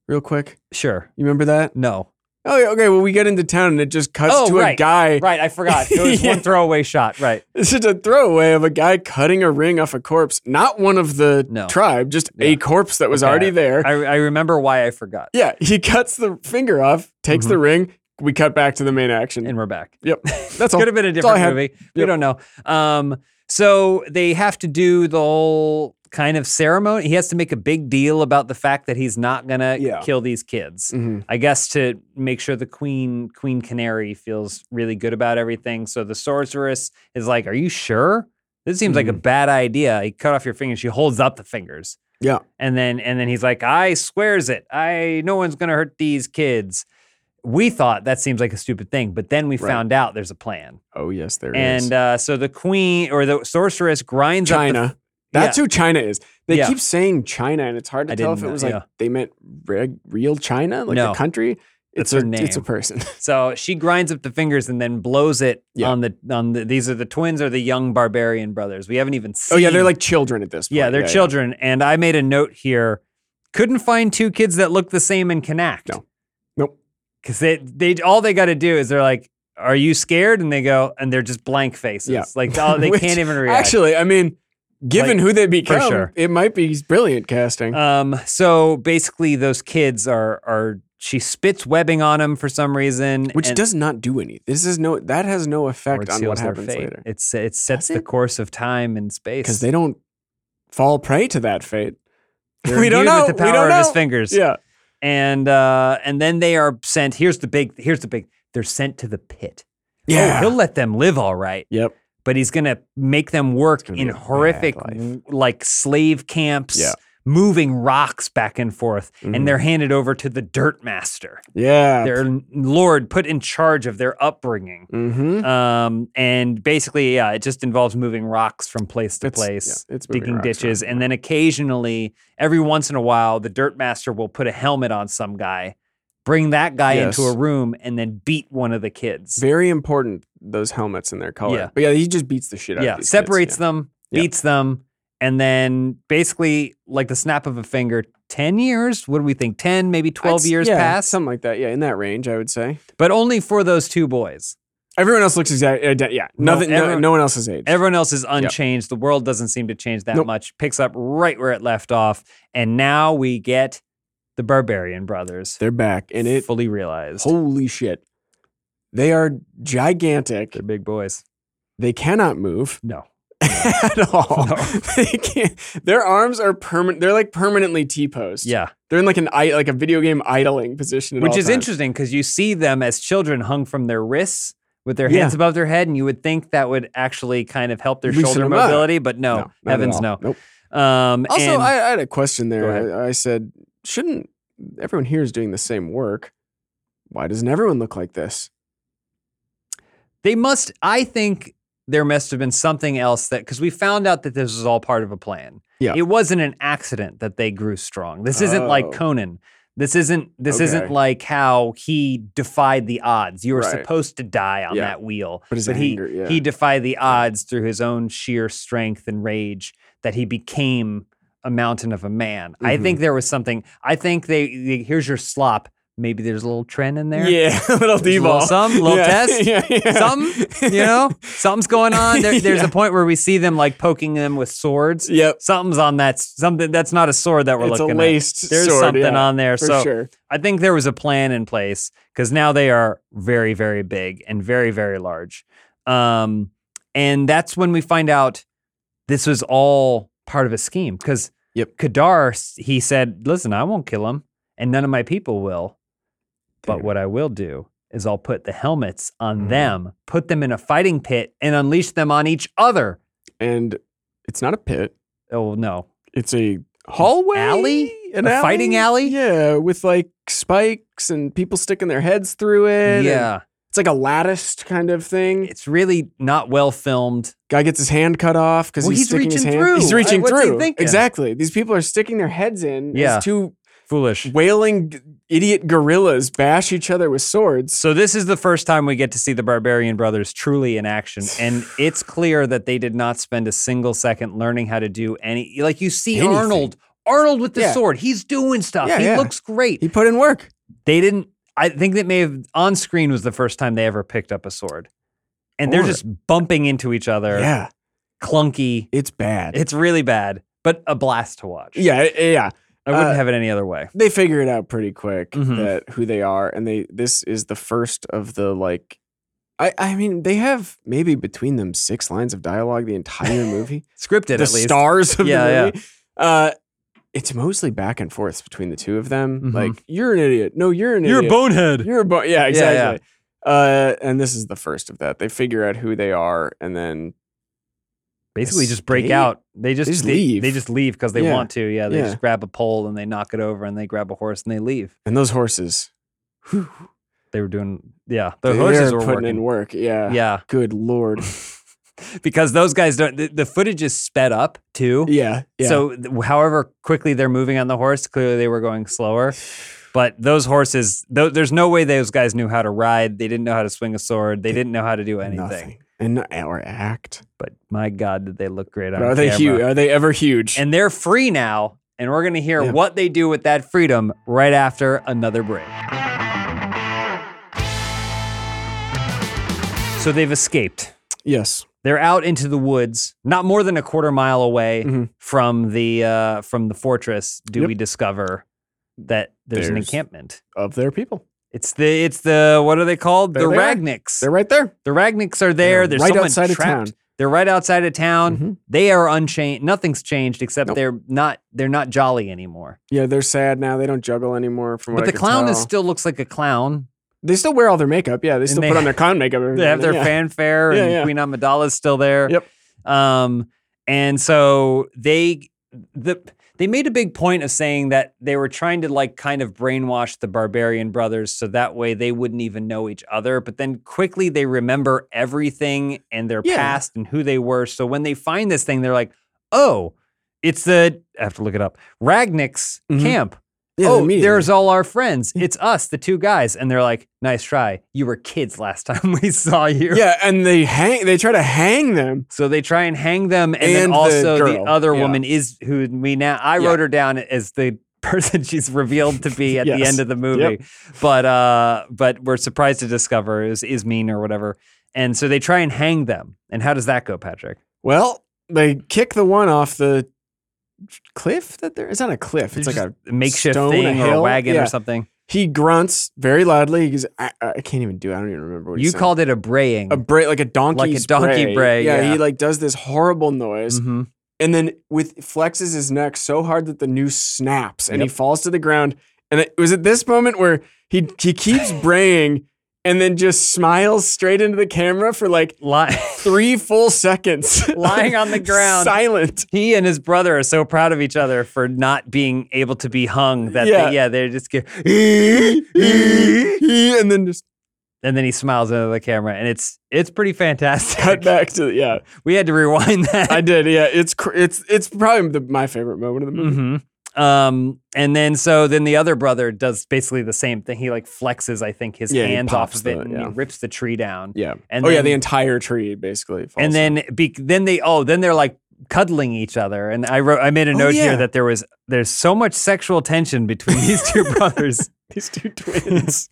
B: real quick?
A: Sure.
B: You remember that? [laughs]
A: No.
B: Oh, yeah, okay. Well, we get into town and it just cuts
A: Oh,
B: to
A: right,
B: a guy.
A: Right, I forgot. It was
B: Yeah.
A: one throwaway shot. Right.
B: It's just a throwaway of a guy cutting a ring off a corpse, not one of the
A: No.
B: tribe, just
A: Yeah.
B: a corpse that was
A: Okay,
B: already there.
A: I, I remember why I forgot.
B: yeah, he cuts the finger off, takes the ring. We cut back to the main action.
A: Mm-hmm. And we're back. [laughs]
B: yep, that's all.
A: Could have been a
B: all I
A: different
B: had.
A: movie. We
B: Yep.
A: don't know. Um, so they have to do the whole kind of ceremony. He has to make a big deal about the fact that he's not gonna
B: Yeah.
A: kill these kids.
B: Mhm.
A: I guess to make sure the queen, Queen Canary, feels really good about everything. So the sorceress is like, "Are you sure? This seems like a
B: Mm-hmm.
A: bad idea." He cut off your fingers. She holds up the fingers,
B: Yeah.
A: and then and then he's like, "I swears it. I no one's gonna hurt these kids." we thought that seems like a stupid thing, but then we
B: Right.
A: found out there's a plan.
B: Oh yes, there is.
A: And uh, so the queen or the sorceress grinds up
B: China. That's who China is. They
A: Yeah.
B: keep saying China, and it's hard to
A: I
B: tell if
A: didn't
B: it
A: know-
B: was like
A: yeah.
B: they meant reg, real China, like
A: No.
B: a country.
A: That's
B: It's a
A: her
B: it's a
A: name. [laughs]
B: person.
A: the, so she grinds up the fingers and then blows it
B: Yeah.
A: on the on the these are the twins or the young barbarian brothers. We haven't even seen
B: oh yeah, they're like children at this point.
A: Yeah, they're children. And I made a note here. Couldn't find two kids that look the same in Connect.
B: No. Nope.
A: Because they, they all they got to do is they're like, "Are you scared?" And they go, and they're just blank faces.
B: Yeah.
A: Like oh, they
B: [laughs] Which,
A: can't even react.
B: Actually, I mean, given
A: Like,
B: who they become,
A: sure.
B: it might be brilliant casting.
A: um. So basically, those kids are are she spits webbing on them for some reason,
B: which
A: and-
B: does not do anything. This is no that has no
A: or
B: effect
A: it
B: on
A: seals
B: what
A: their
B: happens
A: fate.
B: later
A: It's it sets
B: Does
A: the
B: it?
A: course of time and space
B: because they don't fall prey to that fate.
A: They're
B: [laughs] we don't
A: imbued
B: know.
A: with the
B: we
A: power
B: don't
A: of his
B: know.
A: fingers. Oh,
B: Yeah,
A: and uh, and then they are sent. Here's the big. Here's the big. They're sent to the pit. Oh,
B: yeah.
A: he'll let them live all right,
B: yep.
A: but he's gonna make them work
B: gonna
A: in
B: be a bad
A: horrific,
B: life.
A: w- like slave camps,
B: Yeah.
A: moving rocks back and forth,
B: Mhm.
A: and they're handed over to the dirt master,
B: Yeah.
A: their n- lord, put in charge of their upbringing.
B: mm-hmm.
A: Um, and basically, yeah, it just involves moving rocks from place to place,
B: it's moving
A: digging
B: rocks around.
A: ditches, and then occasionally, every once in a while, the dirt master will put a helmet on some guy, bring that guy into
B: Yes.
A: a room, and then beat one of the kids.
B: Very important those helmets and their color.
A: Yeah.
B: But yeah, he just beats the shit out
A: yeah
B: of these
A: separates
B: kids.
A: them
B: Yeah.
A: beats them and then basically like the snap of a finger 10 years what do we think 10 maybe 12 years
B: yeah,
A: pass
B: something like that. Yeah, in that range, I would say.
A: but only for those two boys
B: Everyone else looks exactly yeah.
A: No,
B: Nothing. No,
A: everyone-
B: no one else is aged.
A: everyone else is unchanged the world doesn't seem to change that
B: Nope.
A: much picks up right where it left off and now we get the barbarian brothers
B: They're back, and it.
A: fully realized
B: Holy shit! They are gigantic.
A: they're big boys
B: They cannot move.
A: [laughs] no
B: at all.
A: No.
B: [laughs] They can't. Their arms are permanent. They're like permanently T-posed.
A: yeah
B: they're in like an i- like a video game idling position. at
A: which
B: all
A: is
B: times.
A: interesting because you see them as children hung from their wrists with their
B: Yeah.
A: hands above their head, and you would think that would actually kind of help their
B: Loosen
A: shoulder
B: them up.
A: mobility, but no,
B: not at
A: heavens
B: all.
A: no.
B: Nope.
A: Um,
B: Also,
A: and-
B: I, I had a question
A: Go
B: there.
A: ahead.
B: I, I said, shouldn't everyone here is doing the same work? Why doesn't everyone look like this?
A: they must. I think there must have been something else that because we found out that this was all part of a plan.
B: Yeah.
A: it wasn't an accident that they grew strong. This isn't like
B: Oh.
A: Conan. This isn't. This isn't
B: Okay.
A: like how he defied the odds. You were
B: Right.
A: supposed to die on
B: Yeah.
A: that wheel,
B: But his
A: he
B: anger, yeah.
A: he defied the odds through his own sheer strength and rage that he became a mountain of a man. I
B: Mhm.
A: think there was something. I think they, they- here's your slop. Maybe there's a little trend in there.
B: Yeah, [laughs] a little
A: There's a little
B: D-ball. [laughs]
A: some, little test,
B: Yeah, yeah.
A: Some, you know, something's going on. There, there's
B: Yeah.
A: a point where we see them like poking them with swords.
B: [laughs] Yep.
A: Something's on that. s- Something that's not a sword that we're
B: it's a
A: looking
B: laced
A: at. There's
B: sword,
A: something
B: yeah,
A: on there.
B: for
A: so
B: sure.
A: I think there was a plan in place because now they are very, very big and very, very large. Um, and that's when we find out this was all part of a scheme because
B: Yep.
A: Kadar, s- he said, listen, I won't kill him and none of my people will. But
B: Damn.
A: what I will do is I'll put the helmets on
B: Mhm.
A: them, put them in a fighting pit and unleash them on each other.
B: And it's not a pit.
A: Oh, no.
B: It's a hallway
A: Alley?
B: an
A: A fighting alley?
B: yeah with like spikes and people sticking their heads through it and
A: Yeah.
B: it's like a latticed kind of thing
A: It's really not well filmed.
B: guy gets his hand cut off because
A: Well,
B: he's,
A: he's
B: sticking his
A: reaching
B: hand
A: through.
B: he's
A: I-
B: reaching
A: what's he
B: through
A: thinking?
B: exactly these people are sticking their heads in
A: Yeah.
B: as two
A: Foolish.
B: wailing g- idiot gorillas bash each other with swords
A: So this is the first time we get to see the Barbarian Brothers truly in action,
B: [sighs]
A: and it's clear that they did not spend a single second learning how to do any. Like you see
B: Anything.
A: Arnold, Arnold with the
B: Yeah.
A: sword, he's doing stuff.
B: Yeah,
A: he
B: yeah.
A: looks great.
B: he put in work
A: They didn't. I think that may have on screen was the first time they ever picked up a sword, and they're
B: Or-
A: just bumping into each other,
B: yeah
A: clunky.
B: it's bad
A: It's really bad, but a blast to watch.
B: yeah it- yeah
A: I wouldn't
B: uh,
A: have it any other way.
B: they figure it out pretty quick
A: Mhm.
B: that who they are and they this is the first of the like I, I mean they have maybe between them six lines of dialogue
A: [laughs]
B: the entire movie
A: Scripted
B: the
A: at least.
B: stars of
A: Yeah,
B: the movie uh it's mostly back and forth between the two of them
A: Mhm.
B: like you're an idiot no you're an idiot
A: bonehead.
B: you're a bo- yeah
A: yeah.
B: exactly uh and this is the first of that they figure out who they are and then
A: basically just break
B: Escape?
A: out. They just,
B: just
A: they,
B: leave.
A: They just leave because they
B: Yeah.
A: want to. Yeah, they
B: Yeah.
A: just grab a pole and they knock it over and they grab a horse and they leave.
B: and those horses whew,
A: They were doing, yeah. Their
B: They
A: horses
B: are
A: were
B: putting
A: working.
B: in work. Yeah.
A: Yeah, [laughs]
B: Good lord.
A: because those guys don't. The, the footage is sped up too.
B: Yeah. Yeah.
A: So th- however quickly they're moving on the horse, clearly they were going
B: [sighs]
A: slower. But those horses, th- there's no way those guys knew how to ride. They didn't know how to swing a sword. They didn't know how to do anything.
B: Nothing. And not- or act.
A: But my God, did they look great on
B: But are they
A: camera.
B: huge? Are they ever huge?
A: And they're free now. And we're going to hear
B: Yeah.
A: what they do with that freedom right after another break. So they've escaped.
B: yes.
A: They're out into the woods, not more than a quarter mile away
B: Mhm.
A: from the uh, from the fortress. Do
B: Yep.
A: we discover that there's, an
B: There's-
A: encampment?
B: Of their people.
A: It's the it's the what are they called?
B: There
A: the
B: they are.
A: Ragniks.
B: They're right there.
A: The Ragniks are there.
B: They're
A: There's
B: right
A: someone
B: outside of
A: trapped.
B: town.
A: They're right outside of town.
B: Mhm.
A: They are unchanged. Nothing's changed except
B: Nope.
A: they're not they're not jolly anymore.
B: Yeah, they're sad now. They don't juggle anymore. From what
A: but
B: I
A: the
B: could
A: clown is
B: tell.
A: still looks like a clown.
B: They still wear all their makeup. Yeah, they still
A: they-
B: put
A: [laughs]
B: on their clown makeup. every
A: They have their
B: now and then, yeah.
A: fanfare,
B: Yeah,
A: and
B: yeah.
A: Queen Amidala's still there.
B: Yep.
A: Um, and so they the they made a big point of saying that they were trying to like kind of brainwash the barbarian brothers so that way they wouldn't even know each other. But then quickly they remember everything and their
B: Yeah.
A: past and who they were. So when they find this thing, they're like, oh, it's the I have to look it up. Ragnick's
B: Mhm.
A: camp.
B: Yeah,
A: oh,
B: immediately.
A: there's all our
B: [laughs]
A: friends. It's us, the two guys. And they're like, nice try. You were kids last [laughs] time we saw [laughs] you.
B: yeah, and they hang. They try to hang them.
A: So they try and hang them, and, then
B: And the
A: also the,
B: girl,
A: other
B: yeah.
A: woman is who we now. I
B: Yeah.
A: wrote her down as the [laughs] person she's revealed to be at the
B: Yes.
A: end of the movie, but uh, but we're surprised to discover is is mean or whatever. And so they try and hang them. And how does that go, Patrick?
B: Well, they kick the one off the cliff. That there, it's not a cliff. It's
A: Just
B: like a.
A: makeshift
B: stone, a
A: thing or a
B: hill?
A: wagon
B: Yeah.
A: or something.
B: He grunts very loudly. He goes, I, I can't even do. it. I don't even remember what he
A: You
B: said.
A: called it a braying.
B: a bray like a donkey,
A: Like a donkey bray,
B: Yeah,
A: yeah.
B: he like does this horrible noise,
A: Mhm.
B: and then with flexes his neck so hard that the noose snaps, and he falls to the ground. And it was at this moment where he
A: [laughs]
B: he keeps braying, and then just smiles straight into the camera for like
A: Li-
B: [laughs] three full seconds,
A: [laughs] Lying on the
B: [laughs]
A: ground. [laughs]
B: silent.
A: he and his brother are so proud of each other for not being able to be hung that
B: Yeah.
A: they, yeah they're just get,
B: and then just
A: and then he smiles into the camera and it's it's pretty fantastic. [laughs]
B: cut back to yeah.
A: We had to rewind that.
B: I did yeah. It's cr- it's it's probably the, my favorite moment of the movie.
A: hmm Um, and then so then the other brother does basically the same thing. He like flexes, I think, his
B: Yeah, he
A: hands off
B: pops
A: of it
B: the-
A: and
B: yeah.
A: he rips the tree down.
B: Yeah.
A: Mm-hmm. And
B: oh yeah,
A: then-
B: the entire tree basically. Falls
A: And then be, then they oh then they're like cuddling each other. And I wrote I made a
B: Oh,
A: note
B: yeah.
A: here that there was there's so much sexual tension between these
B: [laughs]
A: two brothers.
B: these two [laughs] twins.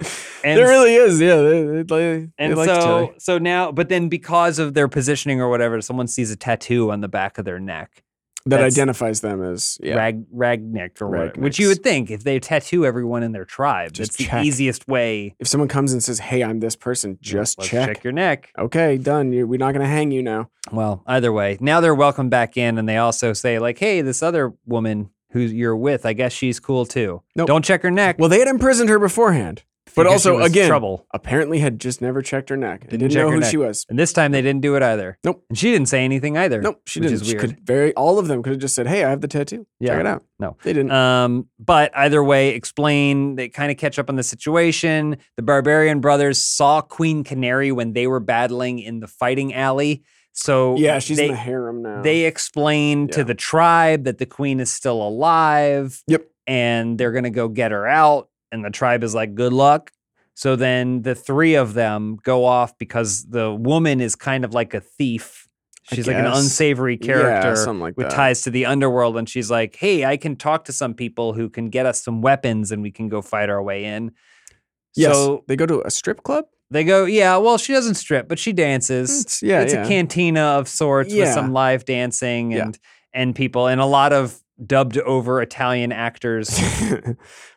A: [laughs] And
B: there really is, yeah. They, they, they, they
A: and
B: like each
A: so
B: other.
A: so now but then because of their positioning or whatever, someone sees a tattoo on the back of their neck.
B: that
A: that's-
B: identifies them as yeah.
A: Rag Ragnick or whatever. Which
B: Ragnicks.
A: you would think if they tattoo everyone in their tribe,
B: Just
A: that's the
B: check.
A: easiest way.
B: If someone comes and says, "Hey, I'm this person," just
A: Let's
B: check.
A: your neck.
B: Okay, done. You're, we're not gonna hang you now.
A: Well, either way, now they're welcome back in, and they also say like, "Hey, this other woman who you're with, I guess she's cool too.
B: Nope.
A: Don't check her neck."
B: Well, they had imprisoned her beforehand, but
A: because she
B: also
A: was
B: again,
A: trouble.
B: apparently had just never checked her neck. Didn't, didn't
A: check
B: know
A: her
B: who
A: neck.
B: she was.
A: And this time they didn't do it either.
B: Nope.
A: And she didn't say anything either.
B: Nope, she
A: which
B: didn't.
A: is
B: She
A: weird.
B: could very all of them could have just said, "Hey, I have the tattoo.
A: Yeah.
B: Check it out."
A: No.
B: they didn't.
A: Um, but either way, explain. They kind of catch up on the situation. The Barbarian Brothers saw Queen Canary when they were battling in the fighting alley. So
B: yeah, she's in
A: they,
B: the harem now.
A: they explain to
B: Yeah.
A: the tribe that the queen is still alive.
B: Yep.
A: And they're gonna go get her out. And the tribe is like, good luck. So then the three of them go off because the woman is kind of like a thief.
B: I
A: She's like an
B: guess.
A: unsavory character
B: yeah, something like
A: with
B: that.
A: ties to the underworld and she's like hey i can talk to some people who can get us some weapons and we can go fight our way in
B: Yes,
A: so
B: they go to a strip club. Hmm,
A: they go yeah well she doesn't strip but she dances
B: It's, Mm, yeah,
A: it's
B: yeah.
A: a cantina of sorts with
B: Yeah.
A: some live dancing
B: Yeah.
A: and and people and a lot of dubbed over italian actors
B: [laughs]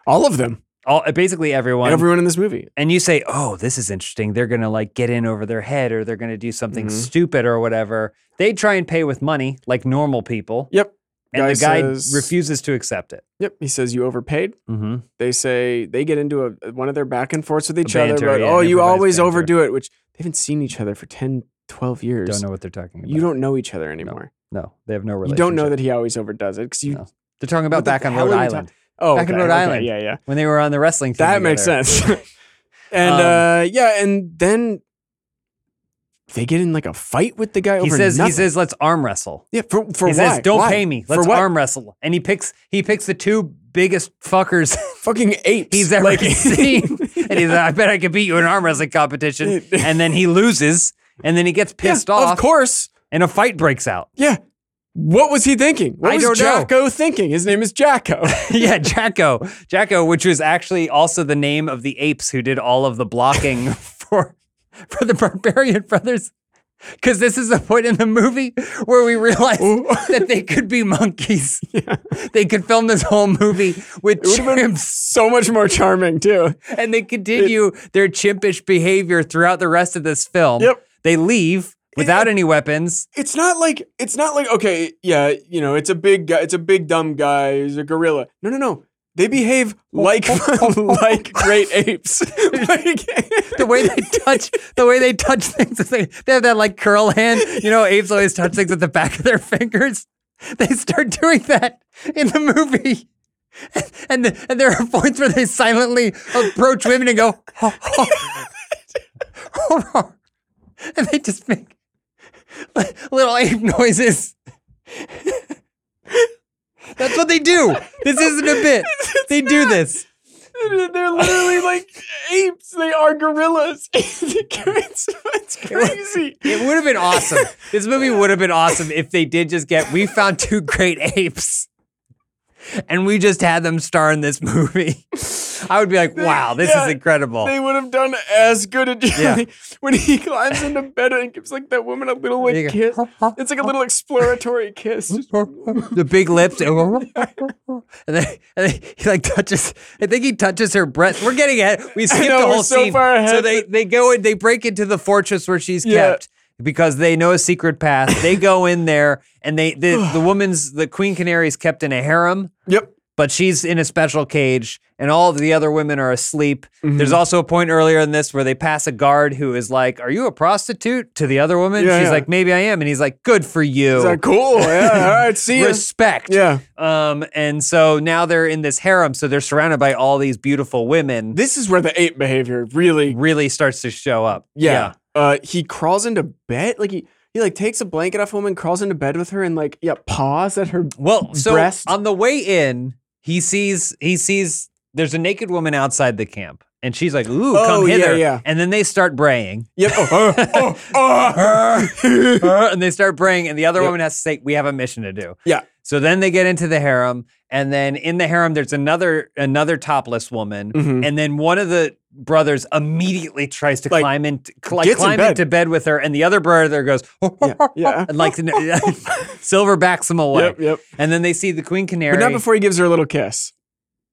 B: all of them.
A: all basically everyone
B: Everyone in this movie.
A: and you say, "Oh, this is interesting. They're going to like get in over their head or they're going to do something
B: Mhm.
A: stupid or whatever." They try and pay with money like normal people.
B: Yep.
A: And the guy
B: Guy says-
A: refuses to accept it.
B: Yep. He says you overpaid.
A: Mm-hmm.
B: They say they get into a, one of their back and forths with each
A: banter,
B: other about,
A: yeah,
B: oh, you
A: everybody's
B: always
A: banter."
B: overdo it, which they haven't seen each other for 10, 12 years.
A: Don't know what they're talking about.
B: you don't know each other anymore.
A: No, they have no
B: you
A: relationship.
B: don't know that he always overdoes it because you.
A: No. They're talking about
B: What the
A: back on
B: hell
A: Rhode
B: are you
A: Island
B: Oh,
A: Back in
B: okay,
A: Rhode
B: okay,
A: Island.
B: Yeah, yeah.
A: when they were on the wrestling team.
B: That makes
A: together.
B: sense. [laughs] And
A: Um,
B: uh, yeah, and then they get in like a fight with the guy
A: He
B: over
A: says
B: nothing.
A: he says let's arm wrestle.
B: yeah for for
A: he
B: why?
A: says don't
B: Why?
A: pay me.
B: For
A: Let's
B: what?
A: arm wrestle. And he picks he picks the two biggest fuckers [laughs]
B: fucking apes.
A: he's ever
B: Like- [laughs]
A: seen. [laughs] And he's like, I bet I could beat you in an arm wrestling
B: [laughs]
A: competition. And then he loses. And then he gets
B: Yeah,
A: pissed off.
B: Of course.
A: And a fight breaks out.
B: Yeah. What was he thinking? What
A: I
B: was
A: don't know.
B: Jacko thinking? His name is
A: [laughs]
B: Jacko.
A: yeah, Jacko. Jacko, which was actually also the name of the apes who did all of the
B: [laughs]
A: blocking for for the Barbarian Brothers. Because this is the point in the movie where we realize
B: Ooh.
A: [laughs] that they could be
B: [laughs]
A: monkeys. They could film this whole movie with
B: It would have been
A: chimps,
B: so much more charming too.
A: and they continue their chimpish behavior throughout the rest of this film.
B: Yep.
A: They leave without any weapons.
B: It's not like it's not like okay, yeah, you know, it's a big guy, it's a big dumb guy, he's a gorilla. No, no, no. They behave like [laughs] like great
A: [laughs]
B: apes. Like-
A: the way they touch the way they touch things is they, they have that like curl hand you know apes always touch things at the back of their fingers they start doing that in the movie and, the, and there are points where they silently approach women and go "Oh, oh, oh, oh." and they just make li- little ape noises that's what they do this isn't a bit they do this
B: [laughs] They're literally like apes. They are gorillas. [laughs] it's, it's crazy.
A: It would have been awesome. this movie would have been awesome if they did just get we found two great apes and we just had them star in this movie. I would be like, wow, this
B: Yeah,
A: is incredible.
B: They would have done as good a job
A: Yeah.
B: [laughs] when he climbs into bed and gives like that woman a little like
A: You go,
B: kiss.
A: "Huh, huh,
B: It's like a little exploratory
A: [laughs]
B: kiss. Just-
A: the big
B: [laughs]
A: lips, [laughs] and then, and then he like touches. I think he touches her breast. We're getting it. We skipped
B: know,
A: the
B: we're
A: whole
B: so
A: scene.
B: far ahead.
A: So they they go and they break into the fortress where she's
B: Yeah.
A: kept because they know a secret path. They go in there and they the,
B: [sighs]
A: the woman's the queen canary is kept in a harem.
B: Yep.
A: but she's in a special cage and all of the other women are asleep.
B: Mm-hmm.
A: There's also a point earlier in this where they pass a guard who is like, Are you a prostitute? to the other woman.
B: Yeah,
A: She's
B: yeah.
A: like, Maybe I am. And he's like, Good for you.
B: Is that cool? Yeah.
A: [laughs]
B: All right. See you.
A: Respect.
B: Yeah.
A: Um, and so now they're in this harem, so they're surrounded by all these beautiful women.
B: This is where the ape behavior really.
A: really starts to show up.
B: Yeah. Uh, he crawls into bed. Like he, he like takes a blanket off a woman, crawls into bed with her, and like yeah, paws at her.
A: Well, so
B: breast.
A: on the way in, he sees he sees there's a naked woman outside the camp, and she's like, "Ooh,
B: Oh,
A: come
B: yeah,
A: hither!"
B: yeah.
A: And then they start braying.
B: Yep. Oh, [laughs] oh, oh, oh.
A: "Uh," and they start praying, and the other
B: Yep.
A: woman has to say, "We have a mission to do."
B: [laughs] Yeah.
A: So then they get into the harem, and then in the harem, there's another another topless woman,
B: Mhm.
A: and then one of the brothers immediately tries to
B: Like,
A: climb in, cl- like,
B: gets in
A: climb
B: bed.
A: into bed with her, and the other brother goes, "Oh,
B: Yeah, yeah.
A: and
B: [laughs]
A: like [laughs] Silver backs him away,
B: Yep. Yep.
A: and then they see the Queen Canary.
B: But not before he gives her a little kiss,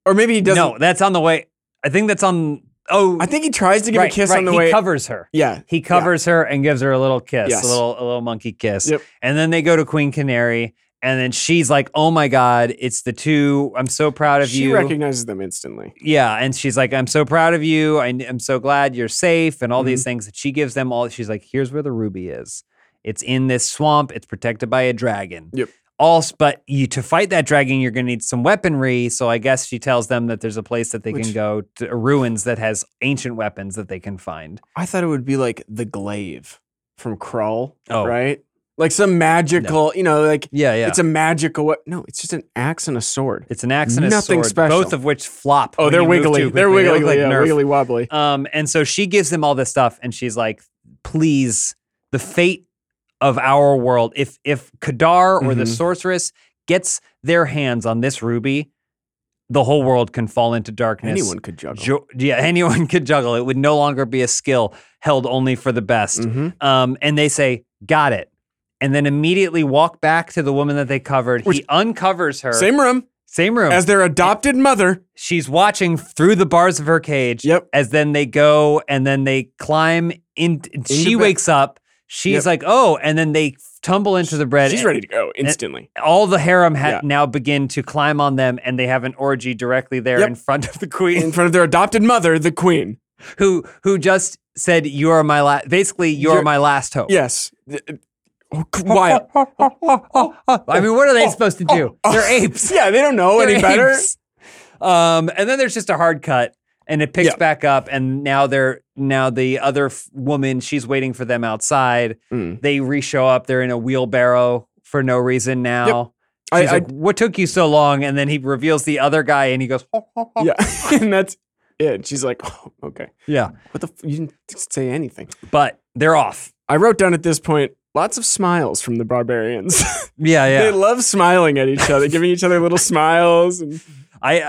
B: or maybe he doesn't.
A: no, that's on the way. I think that's on. Oh,
B: I think he tries to give
A: right,
B: a kiss
A: right.
B: on the
A: he
B: way.
A: covers her.
B: yeah.
A: He covers her and gives her a little kiss,
B: Yes.
A: a little a little monkey kiss.
B: Yep.
A: And then they go to Queen Canary, and then she's like, "Oh my God, it's the two. I'm so proud of
B: She
A: you."
B: recognizes them instantly.
A: yeah, and she's like, "I'm so proud of you. I, am so glad you're safe," and all these
B: Mm-hmm.
A: things. that She gives them all. She's like, "Here's where the ruby is. It's in this swamp. It's protected by a dragon."
B: Yep.
A: Also, but you to fight that dragon, you're gonna need some weaponry. So I guess she tells them that there's a place that they can
B: Which-
A: go to ruins that has ancient weapons that they can find.
B: I thought it would be like the glaive from Crawl,
A: Oh.
B: right? Like some magical, you know, like
A: Yeah, yeah.
B: it's a magical. we- No, it's just an axe and a sword.
A: It's an axe and a
B: Nothing
A: sword,
B: special.
A: both of which flop.
B: oh,
A: when
B: they're
A: you move
B: wiggly.
A: too
B: They're
A: quickly. They
B: wiggly.
A: look like
B: yeah,
A: Nerf.
B: wiggly wobbly.
A: Um, and so she gives them all this stuff, and she's like, "Please, the fate of our world. If if Kadar or the
B: Mhm.
A: sorceress gets their hands on this ruby, the whole world can fall into darkness.
B: Anyone could juggle.
A: Jo- yeah, [laughs] anyone could juggle. It would no longer be a skill held only for the best."
B: Mhm.
A: Um, and they say, "Got it." And then immediately walk back to the woman that they covered.
B: Which-
A: he uncovers her.
B: Same room
A: same room.
B: as their adopted mother.
A: she's watching through the bars of her cage
B: Yep.
A: as then they go and then they climb in she
B: bed.
A: wakes up she's
B: Yep.
A: like oh and then they tumble into the bread
B: She's
A: and
B: ready to go instantly.
A: all the harem ha-
B: Yeah.
A: now begin to climb on them and they have an orgy directly there
B: Yep.
A: in front of the
B: In
A: queen
B: front of their adopted mother, the queen.
A: who who just said you are my last basically you're,
B: You're-
A: my last hope
B: Yes. Oh,
A: [laughs]
B: wild.
A: Oh, i mean what are
B: Oh,
A: they supposed to
B: [laughs]
A: do they're apes
B: Yeah, they don't know
A: They're
B: any better.
A: apes. Um, and then there's just a hard cut, and it picks
B: Yeah.
A: back up, and now they're now the other f- woman. She's waiting for them outside.
B: Mm.
A: They re-show up. They're in a wheelbarrow for no reason now.
B: I-
A: She's
B: I-
A: like, "What took you so long?" And then he reveals the other guy, and he goes,
B: Yeah, [laughs] and that's it. She's like, [laughs] oh, okay,
A: "Yeah."
B: what the? F-? You didn't say anything.
A: But they're off.
B: I wrote down at this point lots of smiles from the barbarians. [laughs]
A: Yeah, yeah.
B: they love smiling at
A: [laughs]
B: each other, giving each other little smiles. And
A: I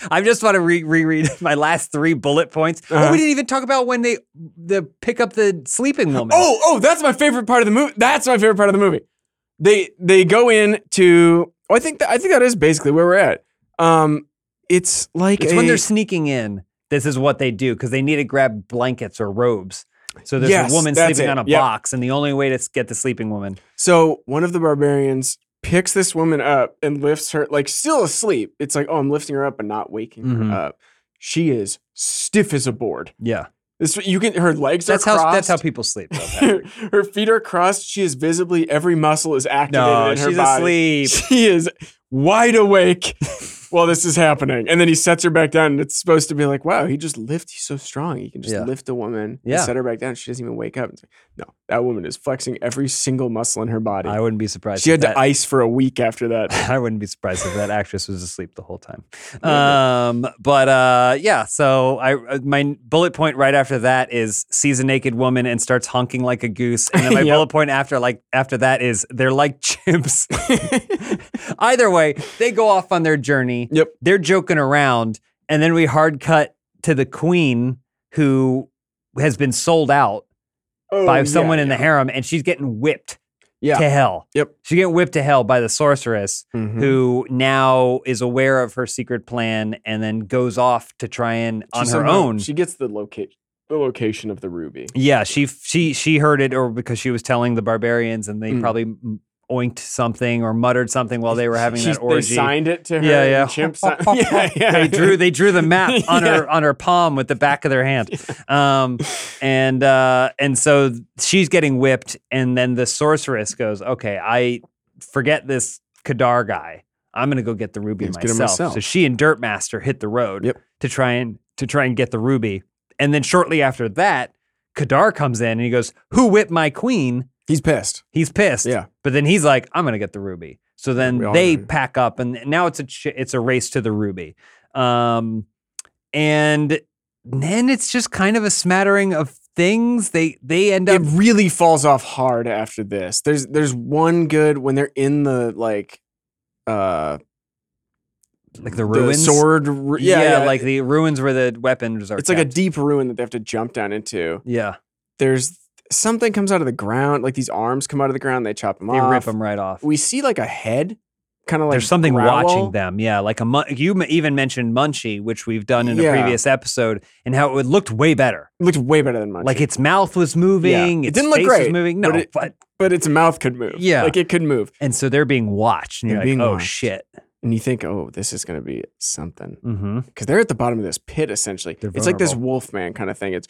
A: [laughs] I just want to re- reread my last three bullet points. Oh,
B: Uh-huh.
A: we didn't even talk about when they the pick up the sleeping woman.
B: oh, oh, that's my favorite part of the movie. That's my favorite part of the movie. They they go in to. Oh, I think that, I think that is basically where we're at. Um, it's like
A: it's
B: a,
A: when they're sneaking in. This is what they do because they need to grab blankets or robes. So there's
B: Yes,
A: a woman
B: that's
A: sleeping
B: it.
A: on a
B: Yep.
A: box, and the only way to s- get the sleeping woman.
B: So one of the barbarians picks this woman up and lifts her, like still asleep. It's like, oh, I'm lifting her up and not waking
A: Mhm.
B: her up. She is stiff as a board.
A: Yeah,
B: This you can her legs
A: that's
B: are
A: how
B: crossed.
A: that's how people sleep.
B: [laughs]
A: though. [laughs]
B: her, feet are crossed. She is visibly every muscle is activated
A: no,
B: in her
A: she's
B: body.
A: asleep.
B: She is
A: [laughs]
B: wide awake while this is happening. And then he sets her back down. And it's supposed to be like, wow, he just lifts. He's so strong. He can just
A: Yeah.
B: lift a woman
A: Yeah.
B: and set her back down. She doesn't even wake up. It's like, no, that woman is flexing every single muscle in her body.
A: I wouldn't be surprised.
B: She
A: if
B: had
A: that-
B: to ice for a week
A: [laughs]
B: after that.
A: I wouldn't be surprised if that actress was asleep the whole
B: [laughs]
A: time. Um, but uh, yeah, so I uh, my bullet point right after that is sees a naked woman and starts honking like a goose, and then my
B: [laughs] Yep.
A: bullet point after like after that is they're like [laughs]
B: [laughs]
A: chimps. Either way, they go off on their journey.
B: Yep.
A: They're joking around, and then we hard cut to the queen who has been sold out
B: Oh,
A: by
B: yeah,
A: someone in
B: yeah.
A: the harem, and she's getting whipped
B: Yeah.
A: to hell.
B: Yep.
A: She's getting whipped to hell by the sorceress
B: Mhm.
A: who now is aware of her secret plan and then goes off to try and
B: She
A: on her
B: somehow-
A: own.
B: She gets the location the location of the ruby.
A: yeah, she she she heard it or because she was telling the barbarians and they
B: Mm.
A: probably m- oinked something or muttered something while they were having
B: She's-
A: that orgy.
B: They signed it to her.
A: Yeah,
B: and
A: yeah.
B: the Chimp signed- yeah, [laughs] yeah.
A: They drew they drew the
B: [laughs]
A: map on
B: Yeah.
A: her on her palm with the back of their hand. Um and uh and so she's getting whipped and then the sorceress goes, "Okay, I forget this Kadar guy. I'm going to go get the ruby
B: Let's get him
A: myself.
B: myself.
A: So she and Dirtmaster hit the road
B: Yep.
A: to try and to try and get the ruby. And then shortly after that, Kadar comes in and he goes, "Who whipped my queen?"
B: He's pissed.
A: He's pissed.
B: Yeah.
A: But then he's like, I'm gonna get the ruby. So then
B: We all
A: they
B: know.
A: pack up, and now it's a ch- it's a race to the ruby. Um, and then it's just kind of a smattering of things. They they end
B: It
A: up.
B: really falls off hard after this. There's there's one good when they're in the like uh
A: Like the ruins?
B: sword ru- yeah, yeah,
A: like the ruins where the weapons are.
B: it's like a
A: kept.
B: deep ruin that they have to jump down into.
A: yeah.
B: There's something comes out of the ground, like these arms come out of the ground, they chop them
A: They
B: off.
A: rip them right off.
B: we see like a head, kind of like
A: There's something
B: growl.
A: watching them. Yeah, like a mun- you m- even mentioned Munchie, which we've done in a
B: Yeah.
A: previous episode, and how it looked way better.
B: It looked way better than Munchie.
A: Like its mouth was moving.
B: It
A: its
B: didn't look
A: face Was
B: great,
A: moving. No,
B: but it-
A: but
B: but its mouth could move.
A: Yeah.
B: like it could move.
A: And so they're being watched. And you're
B: They're
A: like,
B: being
A: oh
B: watched.
A: shit.
B: And you think, oh, this is going to be something
A: hmm
B: because they're at the bottom of this pit essentially.
A: They're
B: it's like this
A: vulnerable.
B: wolf man kind of thing. It's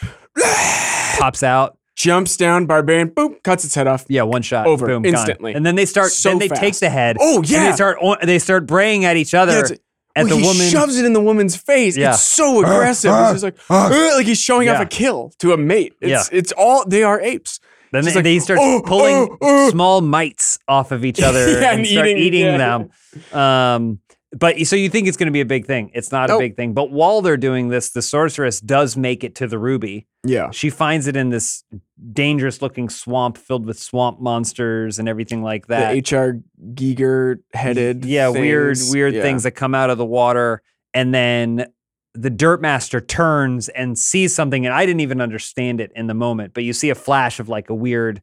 A: Pops out.
B: jumps down, barbarian, boom, cuts its head off.
A: Yeah, one shot.
B: Over,
A: boom,
B: instantly.
A: Gone. And then they start.
B: So
A: then they take
B: fast.
A: the head.
B: Oh
A: And
B: yeah,
A: they start. on- They start braying at each other.
B: Yeah, it's-
A: at the
B: Well, he
A: woman.
B: shoves it in the woman's face.
A: Yeah.
B: It's so aggressive. It's just like, "Ugh," like he's showing off
A: Yeah.
B: a kill to a mate. It's it's all they are apes.
A: then they,
B: she's like,
A: they start
B: "Oh,
A: pulling
B: oh, oh."
A: small mites off of
B: [laughs]
A: each other
B: Yeah,
A: and,
B: and
A: start eating,
B: eating- yeah.
A: them. Um, but so you think it's going to be a big thing? It's not a
B: Nope.
A: big thing. But while they're doing this, the sorceress does make it to the ruby.
B: Yeah.
A: She finds it in this dangerous-looking swamp filled with swamp monsters and everything like that.
B: The HR Giger headed.
A: yeah weird weird
B: yeah.
A: things that come out of the water and then the dirt master turns and sees something and i didn't even understand it in the moment but you see a flash of like a weird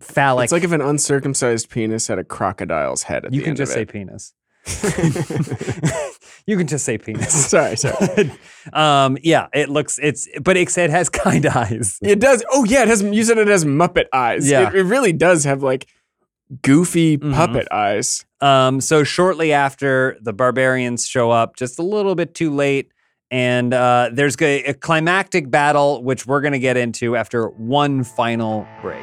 A: phallic
B: it's like if an uncircumcised penis had a crocodile's head at
A: you
B: the
A: can
B: end
A: just
B: of
A: say
B: it. [laughs]
A: penis [laughs] you can just say penis
B: [laughs] sorry, sorry.
A: [laughs] um yeah it looks it's but it, it has kind eyes
B: It does. Oh yeah, it has. You said it has Muppet eyes.
A: Yeah.
B: it, it really does have like goofy
A: Mhm.
B: puppet eyes.
A: Um, so shortly after, the barbarians show up, just a little bit too late, and uh, there's a, a climactic battle, which we're gonna get into after one final break.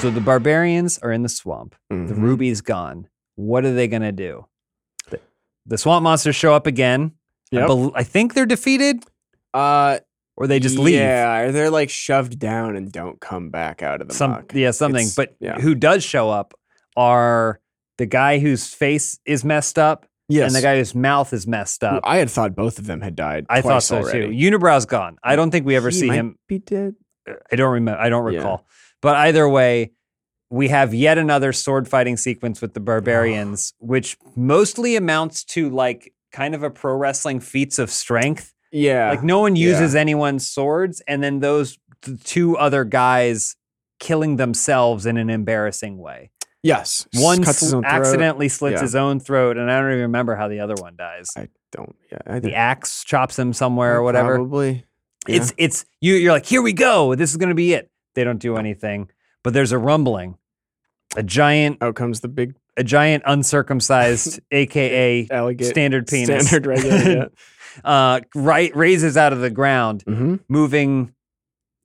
A: So the
B: Mm-hmm.
A: barbarians are in the swamp. The ruby's gone. What are they gonna do? the swamp monsters show up again. I,
B: Yep.
A: bel I think they're defeated
B: Uh,
A: or they just leave.
B: Yeah, they're like shoved down and don't come back out of the
A: Some,
B: muck.
A: yeah, something.
B: It's-
A: but
B: yeah.
A: who does show up are the guy whose face is messed up
B: Yes,
A: and the guy whose mouth is messed up.
B: I had thought both of them had died.
A: I thought
B: twice
A: so
B: already.
A: too. Unibrow's gone. I don't think we ever
B: He
A: see
B: might
A: him. uh,
B: Be dead.
A: I don't remember. I don't
B: Yeah.
A: recall. But either way, we have yet another sword fighting sequence with the barbarians, which mostly amounts to like kind of a pro wrestling feats of strength.
B: Yeah,
A: Like no one
B: Yeah.
A: uses anyone's swords, and then those th- two other guys killing themselves in an embarrassing way.
B: yes.
A: One
B: cuts his
A: sl-
B: own throat.
A: accidentally slits
B: Yeah.
A: his own throat, and I don't even remember how the other one dies.
B: I don't. Yeah, I
A: The axe chops him somewhere or whatever.
B: Probably. Yeah.
A: It's it's you. You're like, here we go. This is gonna be it. They don't do anything, but there's a rumbling, a giant,
B: out comes the big
A: a giant
B: [laughs]
A: uncircumcised, aka
B: alligator.
A: standard penis,
B: Standard regular.
A: [laughs] uh, right raises out of the ground, [laughs]
B: Yeah. mm-hmm.
A: moving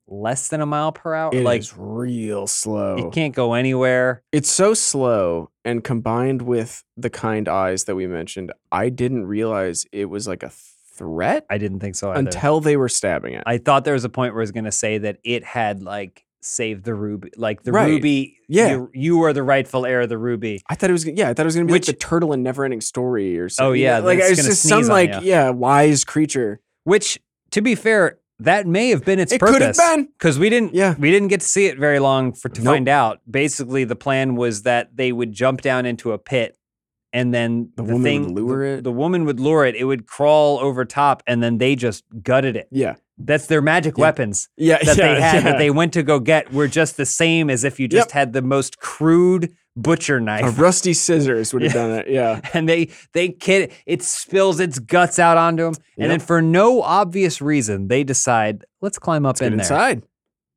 A: less than a mile per hour. like
B: real slow.
A: it can't go anywhere.
B: It's so slow, and combined with the kind eyes that we mentioned, I didn't realize it was like a threat
A: I didn't think so either.
B: until they were stabbing it.
A: I thought there was a point where I was gonna say that it had like saved the ruby, like the
B: Right.
A: ruby.
B: Yeah.
A: you, you are the rightful heir of the ruby.
B: I thought it was yeah, I thought it was gonna be
A: Which- Oh,
B: like the turtle in never ending story or something.
A: yeah,
B: like
A: that's
B: it's
A: gonna
B: just some
A: sneeze on
B: like
A: ya.
B: yeah, wise creature.
A: Which, to be fair, that may have been its
B: it could have
A: purpose.
B: been.
A: because we didn't
B: Yeah.
A: we didn't get to see it very long for to
B: Nope.
A: find out basically the plan was that they would jump down into a pit and then
B: The woman would
A: thing
B: lure
A: the,
B: it.
A: the woman would lure it it would crawl over top and then they just gutted it
B: Yeah.
A: that's their magic
B: Yeah.
A: weapons
B: Yeah.
A: that
B: yeah,
A: they had that
B: yeah.
A: they went to go get were just the same as if you just had the most crude butcher [laughs]
B: a
A: knife
B: rusty scissors would have
A: Yeah.
B: done it. Yeah.
A: and they they kid it spills its guts out onto them and then
B: Yep.
A: for no obvious reason they decide let's climb up
B: Get
A: in there
B: inside.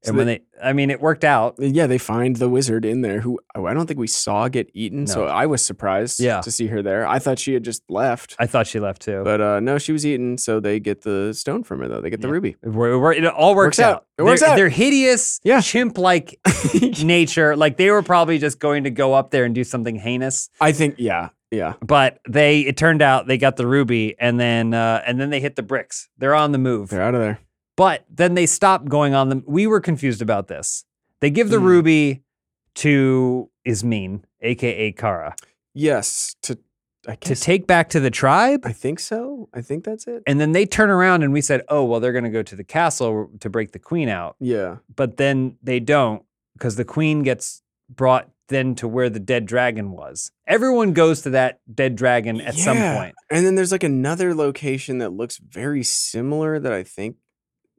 B: So
A: and when they i mean it worked out
B: yeah, they find the wizard in there who oh, I don't think we saw get eaten. So
A: No.
B: I was surprised
A: Yeah.
B: to see her there. I thought she had just left.
A: I thought she left too.
B: But uh, no, she was eaten. So they get the stone from her, though. They get the
A: Yeah.
B: ruby.
A: It wor- it wor- it all works,
B: Works out.
A: out.
B: It works
A: Their-
B: out.
A: Their hideous,
B: Yeah. [laughs]
A: chimp-like nature, like they were probably just going to go up there and do something heinous.
B: I think, yeah, yeah.
A: But they, it turned out, they got the ruby, and then uh, and then they hit the bricks. They're on the move.
B: They're out of there.
A: But then they stopped going on them. We were confused about this. They give the
B: Mm.
A: ruby to Ismin, aka Kara,
B: Yes. To, I
A: to
B: guess,
A: take back to the tribe.
B: I think so. I think that's it.
A: And then they turn around and we said, "Oh, well, they're going to go to the castle to break the queen out."
B: Yeah.
A: but then they don't because the queen gets brought then to where the dead dragon was. Everyone goes to that dead dragon at some
B: Yeah.
A: point.
B: And then there's like another location that looks very similar that I think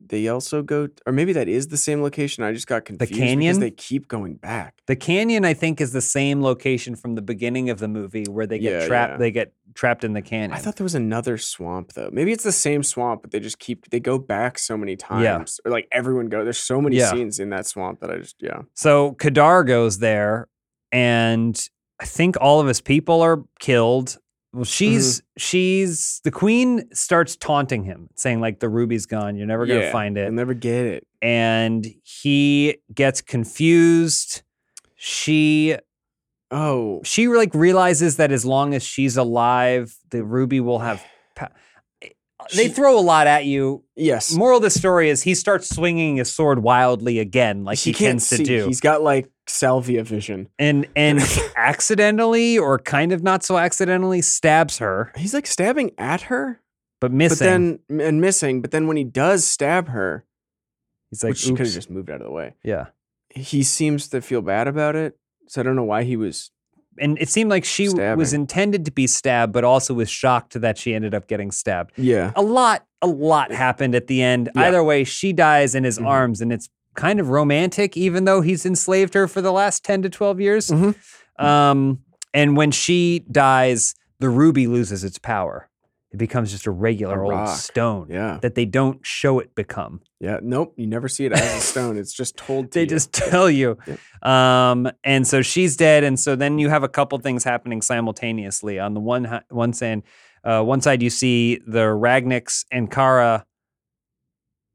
B: they also go, or maybe that is the same location. I just got confused because
A: canyon?
B: they keep going back.
A: The canyon, I think, is the same location from the beginning of the movie where they get
B: Yeah,
A: trapped.
B: yeah.
A: They get trapped in the canyon.
B: I thought there was another swamp though. Maybe it's the same swamp, but they just keep they go back so many times. Or like everyone go. There's so many
A: Yeah.
B: scenes in that swamp that I just yeah.
A: so Kadar goes there, and I think all of his people are killed.
B: Mm-hmm.
A: Well, she's she's the queen starts taunting him, saying like the ruby's gone, you're never gonna
B: Yeah,
A: find it.
B: I'll never get it.
A: and he gets confused. She
B: Oh,
A: she like realizes that as long as she's alive, the ruby will have. Pa- eh, they
B: She-
A: throw a lot at you.
B: yes.
A: Moral of the story is he starts swinging his sword wildly again, like he tends to
B: see.
A: do,
B: He's got like salvia vision.
A: and
B: [laughs]
A: and accidentally or kind of not so accidentally stabs her,
B: He's like stabbing at her,
A: but missing.
B: but then and missing. But then when he does stab her,
A: He's like,
B: which she could have
A: "Oops."
B: just moved out of the way,
A: yeah,
B: he seems to feel bad about it. So I don't know why he was.
A: and it seemed like she was
B: Stabbing.
A: intended to be stabbed, but also was shocked that she ended up getting stabbed.
B: Yeah,
A: a lot a lot happened at the end
B: Yeah.
A: either way she dies in his
B: Mhm.
A: arms and it's kind of romantic even though he's enslaved her for the last 10 to 12 years
B: Mhm.
A: um, and when she dies the ruby loses its power it becomes just a regular
B: A
A: old
B: rock.
A: stone
B: yeah,
A: that they don't show it become
B: yeah. Nope, you never see it as a stone. It's just [laughs] told. To
A: they
B: you.
A: just [laughs] tell you um, and so she's dead and so then you have a couple things happening simultaneously on the one hi- one side uh, one side you see the Ragniks and Kara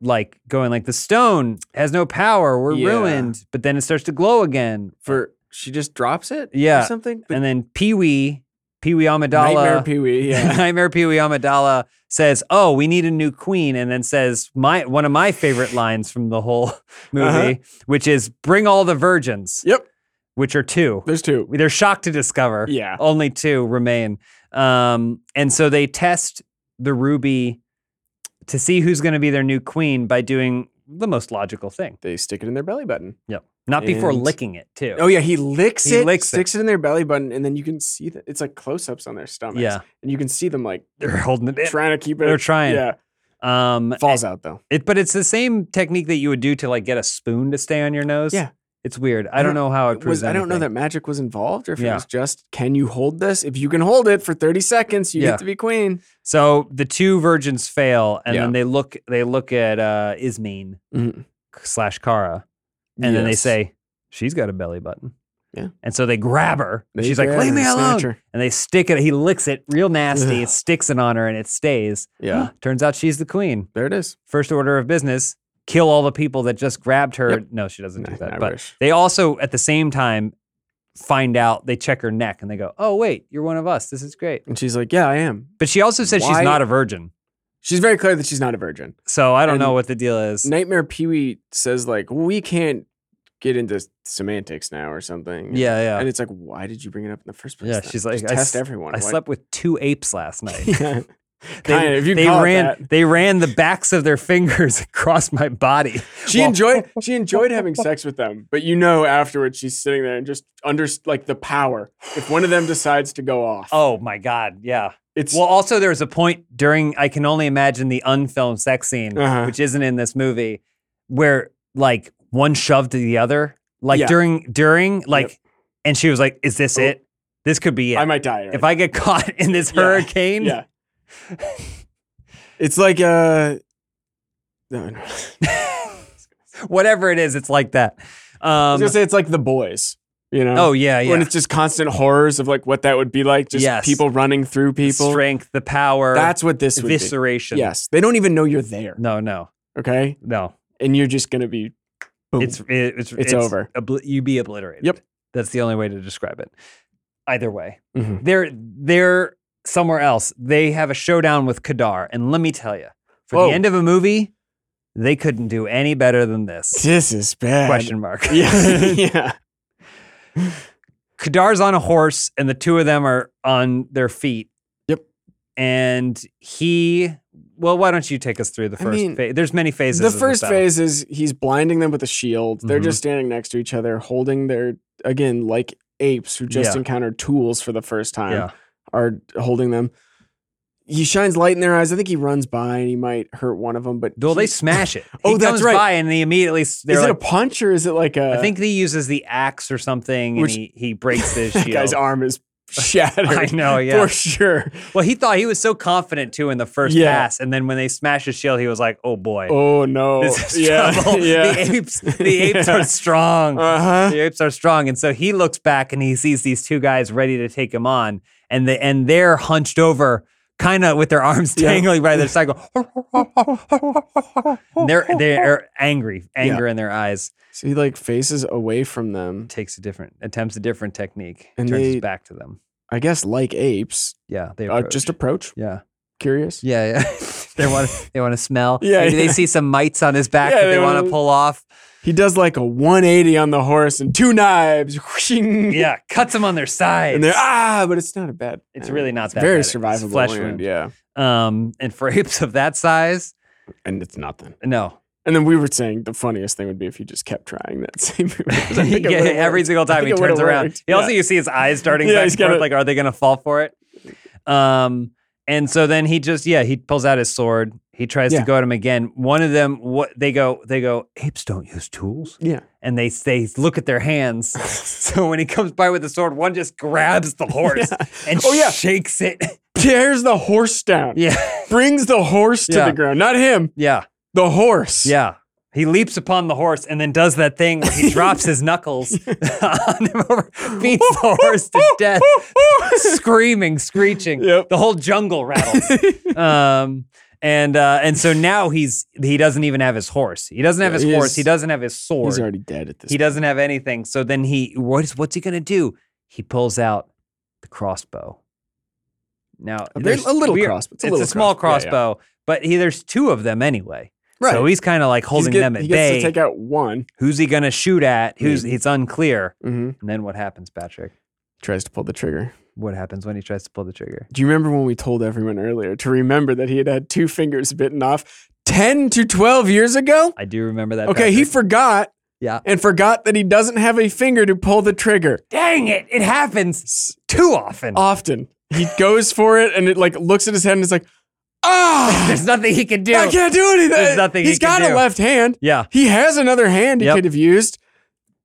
A: like going like the stone has no power we're
B: Yeah.
A: ruined but then it starts to glow again
B: for she just drops it
A: Yeah.
B: or something but
A: and then Pee Wee Pee Wee [laughs]
B: Nightmare
A: Amidala.
B: Pee Wee. [laughs] Yeah.
A: Nightmare Pee Wee Amidala says, "Oh, we need a new queen," and then says my one of my favorite lines from the whole [laughs] movie,
B: Uh-huh.
A: which is "Bring all the virgins,"
B: yep.
A: which are two.
B: There's two.
A: They're shocked to discover
B: Yeah.
A: only two remain, um, and so they test the ruby to see who's going to be their new queen by doing the most logical thing.
B: They stick it in their belly button.
A: Yep, not before
B: And-
A: licking it too.
B: Oh yeah, he licks
A: He
B: it,
A: licks it.
B: sticks it. in their belly button, and then you can see that it's like close-ups on their stomachs.
A: Yeah.
B: and you can see them like
A: They're holding it. In.
B: trying to keep it.
A: They're trying.
B: Yeah,
A: Um,
B: falls out though.
A: It, but it's the same technique that you would do to like get a spoon to stay on your nose.
B: Yeah.
A: it's weird. I, don't, know how it proves.
B: Was I don't know
A: anything.
B: that magic was involved, or if it
A: Yeah.
B: was just can you hold this? If you can hold it for thirty seconds, you
A: Yeah.
B: get to be queen.
A: So the two virgins fail, and
B: Yeah.
A: then they look. They look at uh, Ismene
B: Mhm.
A: slash Kara, and then they
B: Yes.
A: say she's got a belly button.
B: Yeah.
A: and so they grab her. and
B: They
A: she's like,
B: grab
A: "Leave
B: her
A: me
B: and
A: alone!"
B: snatch her.
A: And they stick it. He licks it real nasty.
B: Ugh.
A: sticks it on her, and it stays.
B: Yeah,
A: [gasps] Turns out she's the queen.
B: there it is.
A: First order of business: kill all the people that just grabbed her.
B: Yep.
A: No, she doesn't do
B: Nah,
A: that.
B: I
A: but
B: wish.
A: They also, at the same time, find out they check her neck and they go, "Oh wait, you're one of us. This is great."
B: And she's like, yeah, I am.
A: But she also says she's
B: Why-
A: not a virgin,
B: She's very clear that she's not a virgin.
A: so I don't
B: And
A: know what the deal is.
B: Nightmare Pee Wee says like we can't get into semantics now or something.
A: yeah,
B: and
A: yeah.
B: it's like, why did you bring it up in the first place?
A: Yeah,
B: then?
A: she's like,
B: Just
A: I
B: test
A: s-
B: everyone.
A: I
B: Why- [laughs]
A: slept [laughs] with two apes last night.
B: yeah, kind
A: They,
B: of. If you
A: they
B: call it
A: ran.
B: that.
A: They ran the backs of their [laughs] fingers across my body.
B: She
A: Well- [laughs]
B: enjoyed she enjoyed having sex with them, but you know afterwards she's sitting there and just under like the power. If one of them decides to go off,
A: Oh my god, yeah.
B: it's
A: Well, also there was a point during I can only imagine the unfilmed sex scene,
B: Uh-huh.
A: which isn't in this movie, where like one shoved the other, like
B: Yeah.
A: during during like, and she was like, "Is this
B: Oh.
A: it? This could be it.
B: I might die.
A: if I get caught in this
B: Yeah.
A: hurricane, [laughs]
B: yeah, it's like uh, no, no. I
A: [laughs]
B: was
A: whatever it is, it's like that." Um,
B: gonna say it's like the boys, you know.
A: oh yeah,
B: when
A: yeah.
B: it's just constant horrors of like what that would be like, just
A: Yes.
B: people running through people.
A: Strength, the power,
B: That's what this would be.
A: evisceration.
B: Yes, they don't even know you're there.
A: No, no,
B: Okay,
A: no.
B: and you're just gonna be. Boom.
A: It's it, it's
B: It's over.
A: obli- you be obliterated.
B: Yep.
A: That's the only way to describe it. Either way,
B: Mhm.
A: they're they're somewhere else. They have a showdown with Kadar, and let me tell you, for
B: Whoa.
A: the end of a movie, they couldn't do any better than this.
B: this is bad.
A: Question mark. [laughs]
B: Yeah, [laughs] yeah.
A: Kadar's on a horse, and the two of them are on their feet.
B: Yep.
A: And he, well, why don't you take us through the
B: I
A: first
B: mean,
A: phase? There's many phases.
B: The
A: of this
B: first
A: battle.
B: phase is he's blinding them with a shield. They're
A: Mhm.
B: just standing next to each other, holding their again like apes who just
A: Yeah.
B: encountered tools for the first time
A: Yeah.
B: are holding them. He shines light in their eyes. I think he runs by and he might hurt one of them, but
A: Well, they
B: he- [laughs]
A: smash it.
B: Oh,
A: He
B: that's
A: comes
B: right.
A: By and they immediately s-
B: Is
A: they're
B: it
A: like,
B: a punch or is it like a?
A: I think he uses the axe or something,
B: Which-
A: and he, he breaks his
B: [laughs] that
A: shield.
B: guy's arm is shattered.
A: [laughs] I
B: [laughs]
A: know, yeah. [laughs]
B: for sure.
A: Well, he thought he was so confident too in the first
B: Yeah.
A: pass, and then when they smashed his shield, he was like, "Oh boy, [laughs]
B: Oh no!
A: this is
B: yeah, [laughs]
A: trouble."
B: yeah.
A: The apes, the apes
B: [laughs] Yeah.
A: are strong.
B: [laughs]
A: [laughs]
B: Uh huh.
A: The apes are strong, and so he looks back and he sees these two guys ready to take him on, and the and they're hunched over, kind of with their arms
B: Yeah.
A: dangling by their [laughs] side. Go, And they're
B: [laughs]
A: they're angry, anger in their eyes.
B: So he like faces away from them.
A: Takes a different attempts a different technique,
B: And
A: turns
B: they-
A: his back to them.
B: I guess like apes,
A: Yeah, they
B: uh,
A: approach.
B: just approach.
A: yeah,
B: Curious.
A: yeah, yeah. [laughs] they want they want to smell.
B: [laughs] Yeah,
A: Maybe they
B: yeah.
A: see some mites on his back
B: Yeah,
A: that they
B: they
A: want to
B: wanna-
A: pull off.
B: [laughs] He does like a 180 on the horse and two knives. Whooshing.
A: Yeah, cuts them on their sides.
B: And they're ah, but it's not a bad.
A: It's really not
B: it's
A: that
B: very
A: bad. It's
B: survivable
A: flesh
B: wound,
A: wound.
B: Yeah,
A: um, and for [laughs] apes of that size,
B: and it's nothing.
A: no.
B: And then we were saying the funniest thing would be if you just kept trying that [laughs] same move.
A: [laughs]
B: 'cause I
A: He
B: think it
A: get
B: would've
A: hit every
B: worked.
A: single
B: I
A: time he
B: think it
A: turns
B: would've
A: around.
B: worked.
A: He also
B: Yeah.
A: you see his eyes darting
B: [laughs] Yeah,
A: back
B: he's
A: and forth,
B: gotta-
A: like are they gonna fall for it? Um, and so then he just yeah he pulls out his sword. He tries
B: Yeah.
A: to go at him again. One of them what they go they go apes don't use tools.
B: yeah.
A: and they they look at their
B: [laughs]
A: hands. so when he comes by with the sword, one just grabs the horse and
B: Oh, yeah.
A: shakes it. [laughs]
B: Tears the horse down.
A: yeah,
B: Brings the horse to
A: Yeah.
B: the ground. Not him.
A: yeah,
B: The horse.
A: yeah. He leaps upon the horse and then does that thing where
B: [laughs]
A: he drops his knuckles on him over, beats the horse to
B: [laughs]
A: death, screaming, screeching.
B: Yep.
A: The whole jungle rattles.
B: [laughs]
A: um, and uh, and so now he's he doesn't even have his horse. He doesn't have
B: Yeah,
A: his
B: he
A: horse.
B: is-
A: he doesn't have his sword.
B: He's already dead at this.
A: he doesn't have anything. So then he what's what's he gonna do? He pulls out the crossbow Now
B: A bit-
A: there's-
B: a little
A: we are-
B: crossbow. It's a
A: it's
B: little
A: a small
B: crossbow. Yeah, yeah.
A: crossbow, but he, there's two of them anyway. So he's kind of like holding
B: get-
A: them at
B: he gets
A: bay.
B: to take out one.
A: Who's he gonna shoot at? Who's it's unclear.
B: Mm-hmm.
A: And then what happens, Patrick?
B: Tries to pull the trigger.
A: What happens when he tries to pull the trigger?
B: Do you remember when we told everyone earlier to remember that he had had two fingers bitten off 10 to 12 years ago?
A: I do remember that.
B: Okay, he
A: Patrick.
B: forgot
A: yeah.
B: and forgot that he doesn't have a finger to pull the trigger.
A: Dang it! It happens too
B: Oh.
A: often.
B: Often he goes for it and it like looks at his hand and is like,
A: [laughs]
B: ah,
A: [laughs] There's nothing he can do.
B: I can't do anything.
A: There's nothing he
B: He's
A: can
B: got a
A: do.
B: left hand.
A: Yeah.
B: He has another hand he
A: Yep.
B: could have used.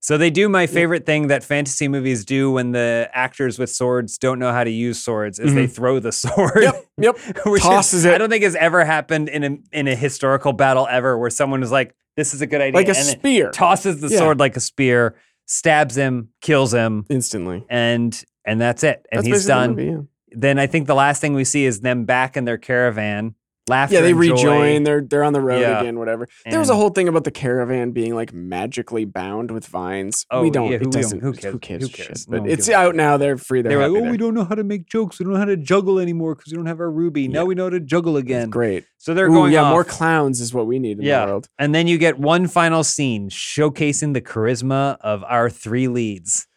A: So they do my favorite thing that fantasy movies do when the actors with swords don't know how to use swords is they throw the [laughs] sword.
B: Mm-hmm. Yep, yep.
A: Which is-
B: Tosses it.
A: I don't think has ever happened in a in a historical battle ever where someone is like, "This is a good idea,"
B: Like a
A: and then [laughs]
B: spear.
A: tosses the
B: Yeah.
A: sword like a spear, stabs him, kills him,
B: Instantly.
A: and and that's it. And
B: That's
A: he's
B: basically the
A: done.
B: movie, yeah.
A: Then I think the last thing we see is them back in their caravan. Laughter.
B: yeah, they
A: and joy.
B: rejoin. They're they're on the road
A: Yeah.
B: again. Whatever. there was a
A: And-
B: whole thing about the caravan being like magically bound with vines.
A: Oh,
B: we don't.
A: yeah,
B: it
A: who- we don't-
B: doesn't-
A: who cares?
B: Who cares?
A: Who
B: shit.
A: cares? No
B: But
A: one
B: it's
A: gives a
B: out
A: shit.
B: now. They're free. They're
A: They were like,
B: happy
A: "Oh,
B: there."
A: we don't know how to make jokes. We don't know how to juggle anymore because we don't have our ruby. Now
B: Yeah.
A: we know how to juggle again."
B: Great.
A: So they're
B: Ooh,
A: going
B: yeah,
A: off.
B: more clowns is what we need in
A: Yeah.
B: the world.
A: And then you get one final scene showcasing the charisma of our three leads.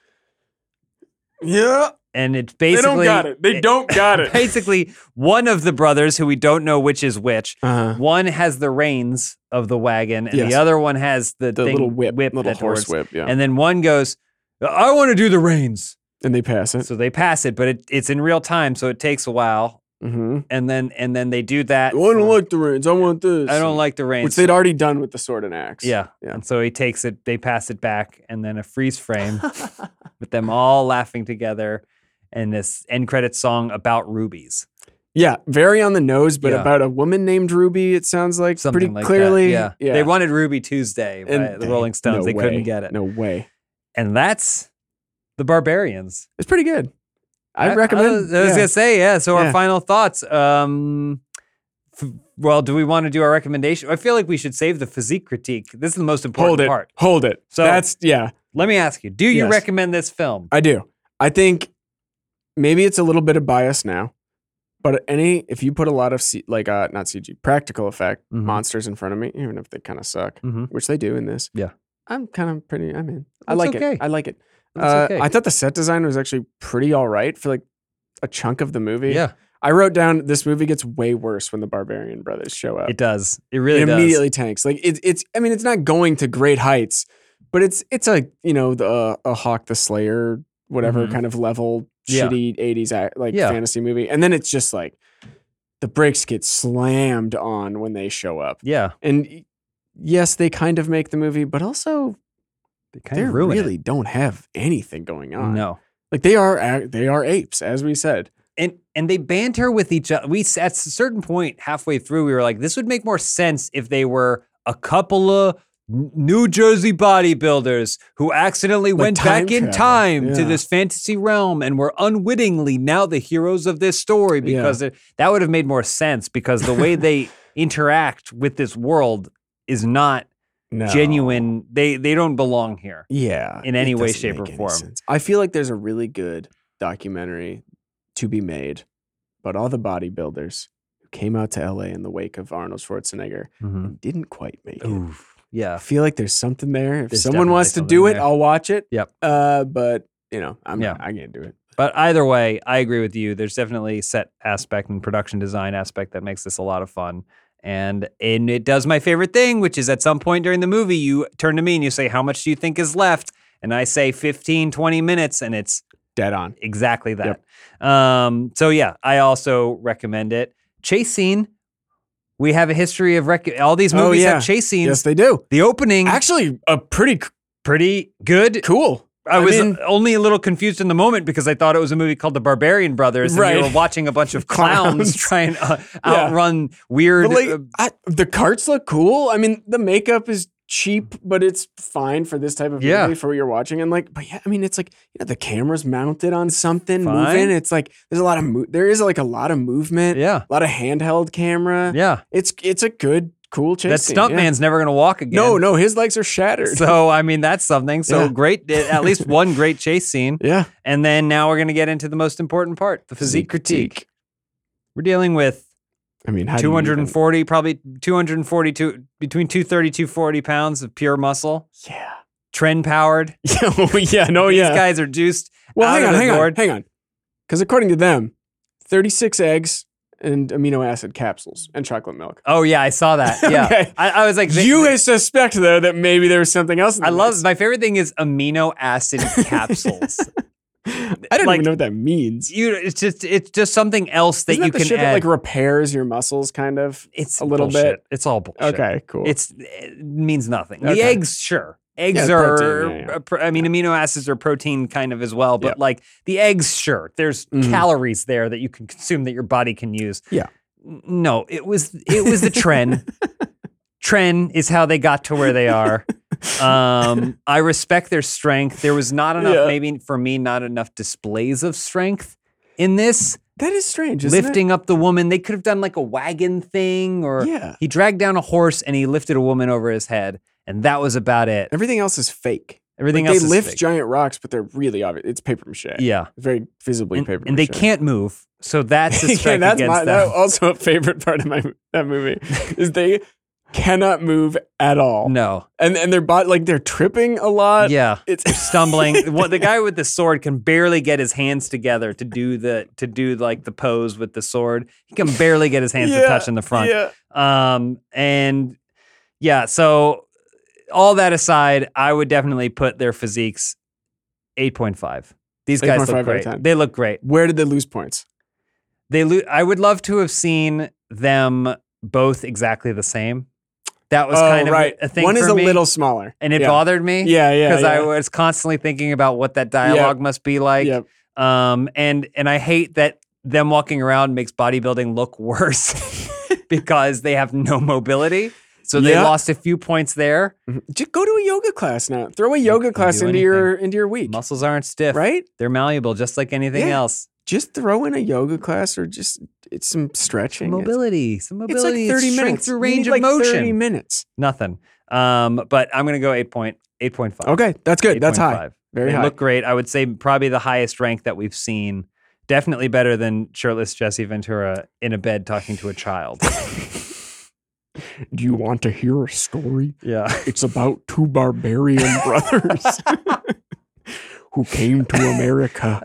B: Yeah,
A: And it's basically
B: don't got [laughs]
A: Basically, one of the brothers who we don't know which is which,
B: Uh-huh.
A: one has the reins of the wagon, and
B: Yes.
A: the other one has the,
B: The
A: thing-
B: little whip, little
A: that
B: horse
A: works.
B: whip. Yeah, and,
A: And then one goes, "I want to do the reins,"
B: they pass it.
A: so they pass it, but it, it's in real time, so it takes a while.
B: mm-hmm. "Oh,
A: And then and then they do that.
B: I don't like the reins. I want this.
A: I don't like the reins.
B: Which they'd already done with the sword and axe.
A: Yeah.
B: Yeah.
A: And so he takes it, they pass it back, and then a freeze
B: [laughs]
A: frame with them all laughing together and this end credit song about rubies.
B: yeah, very on the nose, but
A: Yeah.
B: about a woman named Ruby. It sounds like
A: Something
B: pretty
A: like
B: clearly.
A: that. Yeah.
B: yeah.
A: They wanted Ruby Tuesday by the
B: they- [laughs]
A: Rolling Stones.
B: no
A: they couldn't
B: way.
A: get it.
B: No way.
A: And that's the Barbarians.
B: It's pretty good. I, recommend.
A: I was, I was
B: yeah.
A: gonna say, yeah. So our
B: Yeah.
A: final thoughts. Um f- well, do we want to do our recommendation? I feel like we should save the physique critique. This is the most important
B: hold it.
A: part.
B: Hold it.
A: So-
B: So that's yeah.
A: Let me ask you, do you
B: Yes.
A: recommend this film?
B: I do. I think maybe it's a little bit of bias now, but any if you put a lot of C, like uh, not CG practical effect
A: Mhm.
B: monsters in front of me, even if they kind of suck,
A: Mhm.
B: which they do in this.
A: Yeah.
B: I'm kind of pretty. I mean, I
A: That's
B: like
A: okay.
B: it. I like it.
A: That's
B: Uh,
A: okay.
B: I thought the set design was actually pretty all right for like a chunk of the movie.
A: yeah,
B: I wrote down this movie gets way worse when the Barbarian Brothers show up.
A: it does. It really
B: it
A: does.
B: immediately tanks. Like it's it's. I mean, it's not going to great heights, but it's it's a you know the uh, a Hawk the Slayer whatever
A: Mhm.
B: kind of level
A: Yeah.
B: shitty eighties like
A: Yeah.
B: fantasy movie, and then it's just like the brakes get slammed on when they show up.
A: Yeah,
B: And y- yes, they kind of make the movie, but also
A: they kind
B: they
A: of ruin
B: really
A: it.
B: don't have anything going on.
A: No,
B: Like they are a- they are apes, as we said.
A: and and they banter with each other. We s- at a certain point halfway through, we were like, this would make more sense if they were a couple of N- New Jersey bodybuilders who accidentally
B: Like
A: went
B: time
A: back in
B: travel.
A: time to
B: Yeah.
A: this fantasy realm and were unwittingly now the heroes of this story
B: Yeah.
A: because it- that would have made more sense because the way
B: [laughs]
A: they interact with this world is not
B: No.
A: genuine. They they don't belong here.
B: Yeah.
A: in
B: it
A: any way,
B: doesn't
A: shape,
B: make
A: or
B: any
A: form.
B: sense. I feel like there's a really good documentary to be made about all the bodybuilders who came out to LA in the wake of Arnold Schwarzenegger and didn't quite make it.
A: Oof. Hmm. Yeah.
B: I feel like there's something there. If
A: There's
B: someone wants to
A: definitely
B: do it,
A: something there.
B: I'll watch it.
A: Yep.
B: Uh, but you know, I'm
A: Yeah.
B: I can't do it.
A: But either way, I agree with you. There's definitely set aspect and production design aspect that makes this a lot of fun. And and it does my favorite thing, which is at some point during the movie, you turn to me and you say, How much do you think is left? And I say 15, 20 minutes, and it's
B: Dead on.
A: exactly that. Um, so yeah, I also recommend it. Chase scene. We have a history of rec- all these
B: Oh,
A: movies
B: yeah.
A: have chase scenes.
B: Yes, they do.
A: The opening
B: Actually, a pretty c-
A: pretty good.
B: cool.
A: I, was
B: mean,
A: only a little confused in the moment because I thought it was a movie called The Barbarian Brothers, and
B: Right.
A: you were watching a bunch of clowns
B: [laughs] Clowns.
A: try and uh,
B: Yeah.
A: outrun weird.
B: but like,
A: uh,
B: I, the carts look cool. I mean, the makeup is cheap, but it's fine for this type of
A: Yeah.
B: movie for what you're watching. And like, but yeah, I mean, it's like you know the camera's mounted on something
A: fine.
B: moving. It's like there's a lot of mo- there is like a lot of movement.
A: yeah,
B: a lot of handheld camera.
A: yeah.
B: It's it's a good cool chase.
A: That
B: scene,
A: stunt
B: yeah.
A: man's never going to walk again.
B: No, no, his legs are shattered.
A: [laughs] So I mean, that's something. So
B: Yeah.
A: great, at
B: [laughs]
A: least one great chase scene,
B: yeah,
A: and then now we're going to get into the most important part: the physique critique. We're dealing with
B: I mean, how do you even-
A: 240, probably 242, between 230, 240 pounds of pure muscle,
B: Yeah. [laughs]
A: trend powered.
B: oh, yeah. No,
A: These
B: yeah.
A: guys are juiced.
B: well,
A: out
B: hang
A: of
B: on,
A: the
B: hang
A: gourd.
B: on, hang on. Because according to them, 36 eggs and amino acid capsules and chocolate milk.
A: Oh, yeah, I saw
B: [laughs]
A: that. Yeah.
B: Okay.
A: I, I was like, they-
B: you suspect though that maybe there was something else. in
A: I
B: the
A: love,
B: mix.
A: my favorite thing is amino acid capsules.
B: [laughs] I don't
A: like-
B: even know what that means.
A: you, it's just, it's just something else that
B: Isn't
A: you
B: the
A: can
B: shit
A: add.
B: that like repairs your muscles, kind of.
A: it's
B: a little
A: bullshit.
B: bit-
A: It's all bullshit.
B: Okay, cool.
A: It's it means nothing.
B: Okay.
A: The eggs, sure. Eggs
B: Yeah,
A: are,
B: protein, yeah, yeah.
A: uh, pro- I mean, amino acids are protein kind of as well, but
B: Yep.
A: like the eggs, sure. There's
B: Mhm.
A: calories there that you can consume that your body can use.
B: Yeah.
A: N- No, it was it was the
B: [laughs]
A: trend. trend is how they got to where they are. Um, I respect their strength. There was not enough,
B: Yeah.
A: maybe for me, not enough displays of strength in this.
B: that is strange. Isn't it?
A: lifting up the woman, they could have done like a wagon thing or
B: Yeah.
A: he dragged down a horse and he lifted a woman over his head, and that was about it.
B: Everything else is fake.
A: Everything
B: Like,
A: else
B: they
A: is
B: lift
A: fake.
B: giant rocks, but they're really obvious. It's paper mache.
A: yeah,
B: Very visibly
A: and,
B: paper
A: and they
B: mache. [laughs]
A: can't move, so that's a
B: yeah,
A: strike
B: that's
A: against
B: my, that
A: them.
B: also a favorite part of my that movie is they cannot move at all.
A: [laughs] no,
B: And and their body like they're tripping a lot. [laughs]
A: yeah,
B: It's
A: stumbling. What the guy with the sword can barely get his hands together to do the to do like the pose with the sword. He can barely get his hands to
B: [laughs] Yeah,
A: touch in the front.
B: Yeah.
A: Um, and yeah, so all that aside, I would definitely put their physiques 8.5. These guys
B: 8.5 out
A: look
B: of
A: great.
B: 10.
A: They look great.
B: Where did they lose points?
A: They lo- I would love to have seen them both exactly the same. That was
B: oh,
A: kind of
B: right.
A: a thing
B: One is
A: for
B: a
A: me,
B: little smaller.
A: and it
B: yeah.
A: bothered me.
B: Yeah, yeah.
A: Because I
B: yeah.
A: was constantly thinking about what that dialogue must be like.
B: Yep.
A: Um, and and I hate that them walking around makes bodybuilding look [laughs] worse because they have no mobility. So they
B: Yeah.
A: lost a few points there.
B: Just Mm-hmm. go to a yoga class now. Throw a yoga
A: can
B: class
A: do
B: into your into your week,
A: Muscles aren't stiff,
B: right?
A: They're malleable, just like anything
B: Yeah.
A: else.
B: Just throw in a yoga class or just it's some stretching. It's-
A: Mobility, some
B: It's, like
A: mobility,
B: 30
A: strength
B: minutes.
A: through
B: You
A: range
B: need
A: of
B: like
A: motion.
B: 30 minutes.
A: Nothing. Um, but I'm gonna go eight point eight point five.
B: Okay, that's good. That's high.
A: 8.5.
B: Very
A: they
B: high.
A: look great. I would say probably the highest rank that we've seen. Definitely better than shirtless Jesse Ventura in a bed talking to a
B: [laughs]
A: child.
B: Do you want to hear a story?
A: yeah.
B: It's about two [laughs] barbarian brothers who came to America.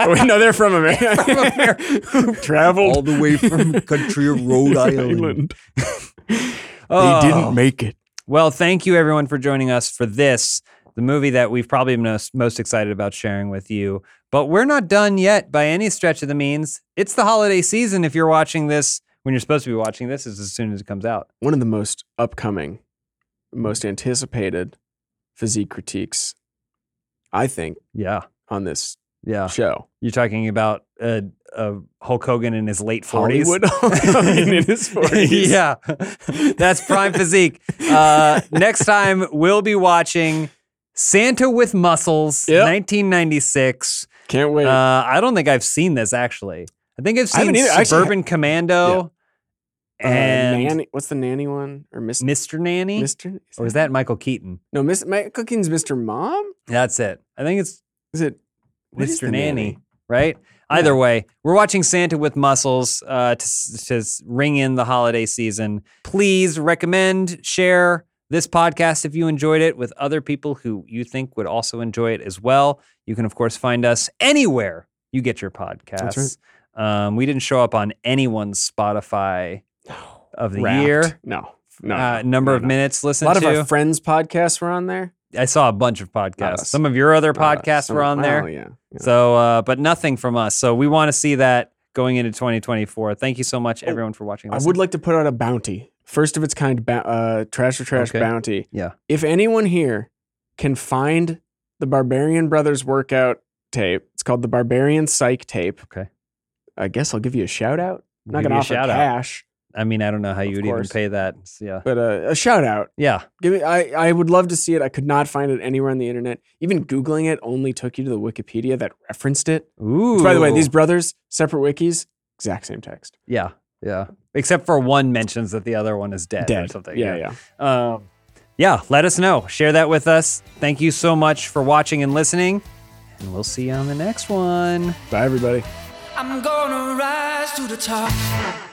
B: Oh, Wait, no, they're from America.
A: From
B: [laughs]
A: America.
B: Who traveled
A: All the way from [laughs] the country of
B: [laughs]
A: Rhode Island.
B: They
A: Oh.
B: didn't make it.
A: Well, thank you everyone for joining us for this, the movie that we've probably been most, most excited about sharing with you. But we're not done yet by any stretch of the means. It's the holiday season if you're watching this when you're supposed to be watching this is as soon as it comes out.
B: One of the most upcoming, most anticipated physique critiques, I think,
A: Yeah.
B: on this
A: Yeah.
B: show.
A: You're talking about uh, uh, Hulk Hogan in his late 40s.
B: [laughs] Hollywood Hogan in [laughs] his 40s.
A: yeah. That's prime physique. Uh, next time, we'll be watching Santa with Muscles,
B: Yep.
A: 1996.
B: Can't wait.
A: Uh, I don't think I've seen this actually. I think I've
B: I haven't
A: seen
B: either. Actually,
A: Suburban Commando
B: Uh,
A: and
B: nanny, what's the nanny one or Miss
A: Mr. Nanny.
B: Mr.
A: Or is that Michael Keaton?
B: no Miss Matt Cooking's Mr. Mom?
A: That's it. I think it's
B: Is it what is
A: Mr.
B: the
A: Nanny, right? Either way, we're watching Santa with Muscles uh, to, s- to s- ring in the holiday season. Please recommend, share this podcast if you enjoyed it with other people who you think would also enjoy it as well. You can, of course, find us anywhere you get your podcasts. Um, we didn't show up on anyone's
B: [gasps]
A: Spotify of the
B: Wrapped.
A: year.
B: No, no.
A: uh,
B: no,
A: number
B: no,
A: of
B: no.
A: minutes
B: A
A: listened
B: lot of
A: to.
B: our friends' podcasts were on there.
A: I saw a bunch of podcasts.
B: us.
A: Some of your other
B: Uh,
A: podcasts
B: some-
A: were on there.
B: Oh yeah. yeah.
A: So, uh, but nothing from us. So we want to see that going into 2024. Thank you so much,
B: Oh,
A: everyone, for watching.
B: I
A: This.
B: would like to put out a bounty, first of its kind, bou- uh, trash or trash
A: Okay.
B: bounty.
A: Yeah.
B: If anyone here can find the Barbarian Brothers workout tape, it's called the Barbarian Psych tape.
A: Okay.
B: I guess I'll give you a shout out.
A: We'll
B: I'm not
A: give
B: gonna
A: you a
B: offer
A: shout out.
B: cash,
A: I mean, I don't know how
B: Of
A: you would even
B: course.
A: pay that. It's- yeah,
B: but uh, a shout out.
A: yeah,
B: Give me. I I would love to see it. I could not find it anywhere on the internet. Even googling it only took you to the Wikipedia that referenced it.
A: ooh.
B: Which, by the way, these brothers, separate wikis, exact same text.
A: yeah, yeah. Except for one mentions that the other one is dead, or something.
B: Yeah, yeah.
A: yeah. Um, yeah. Let us know. Share that with us. Thank you so much for watching and listening, and we'll see you on the next one.
B: Bye, everybody.
C: I'm gonna rise to the top.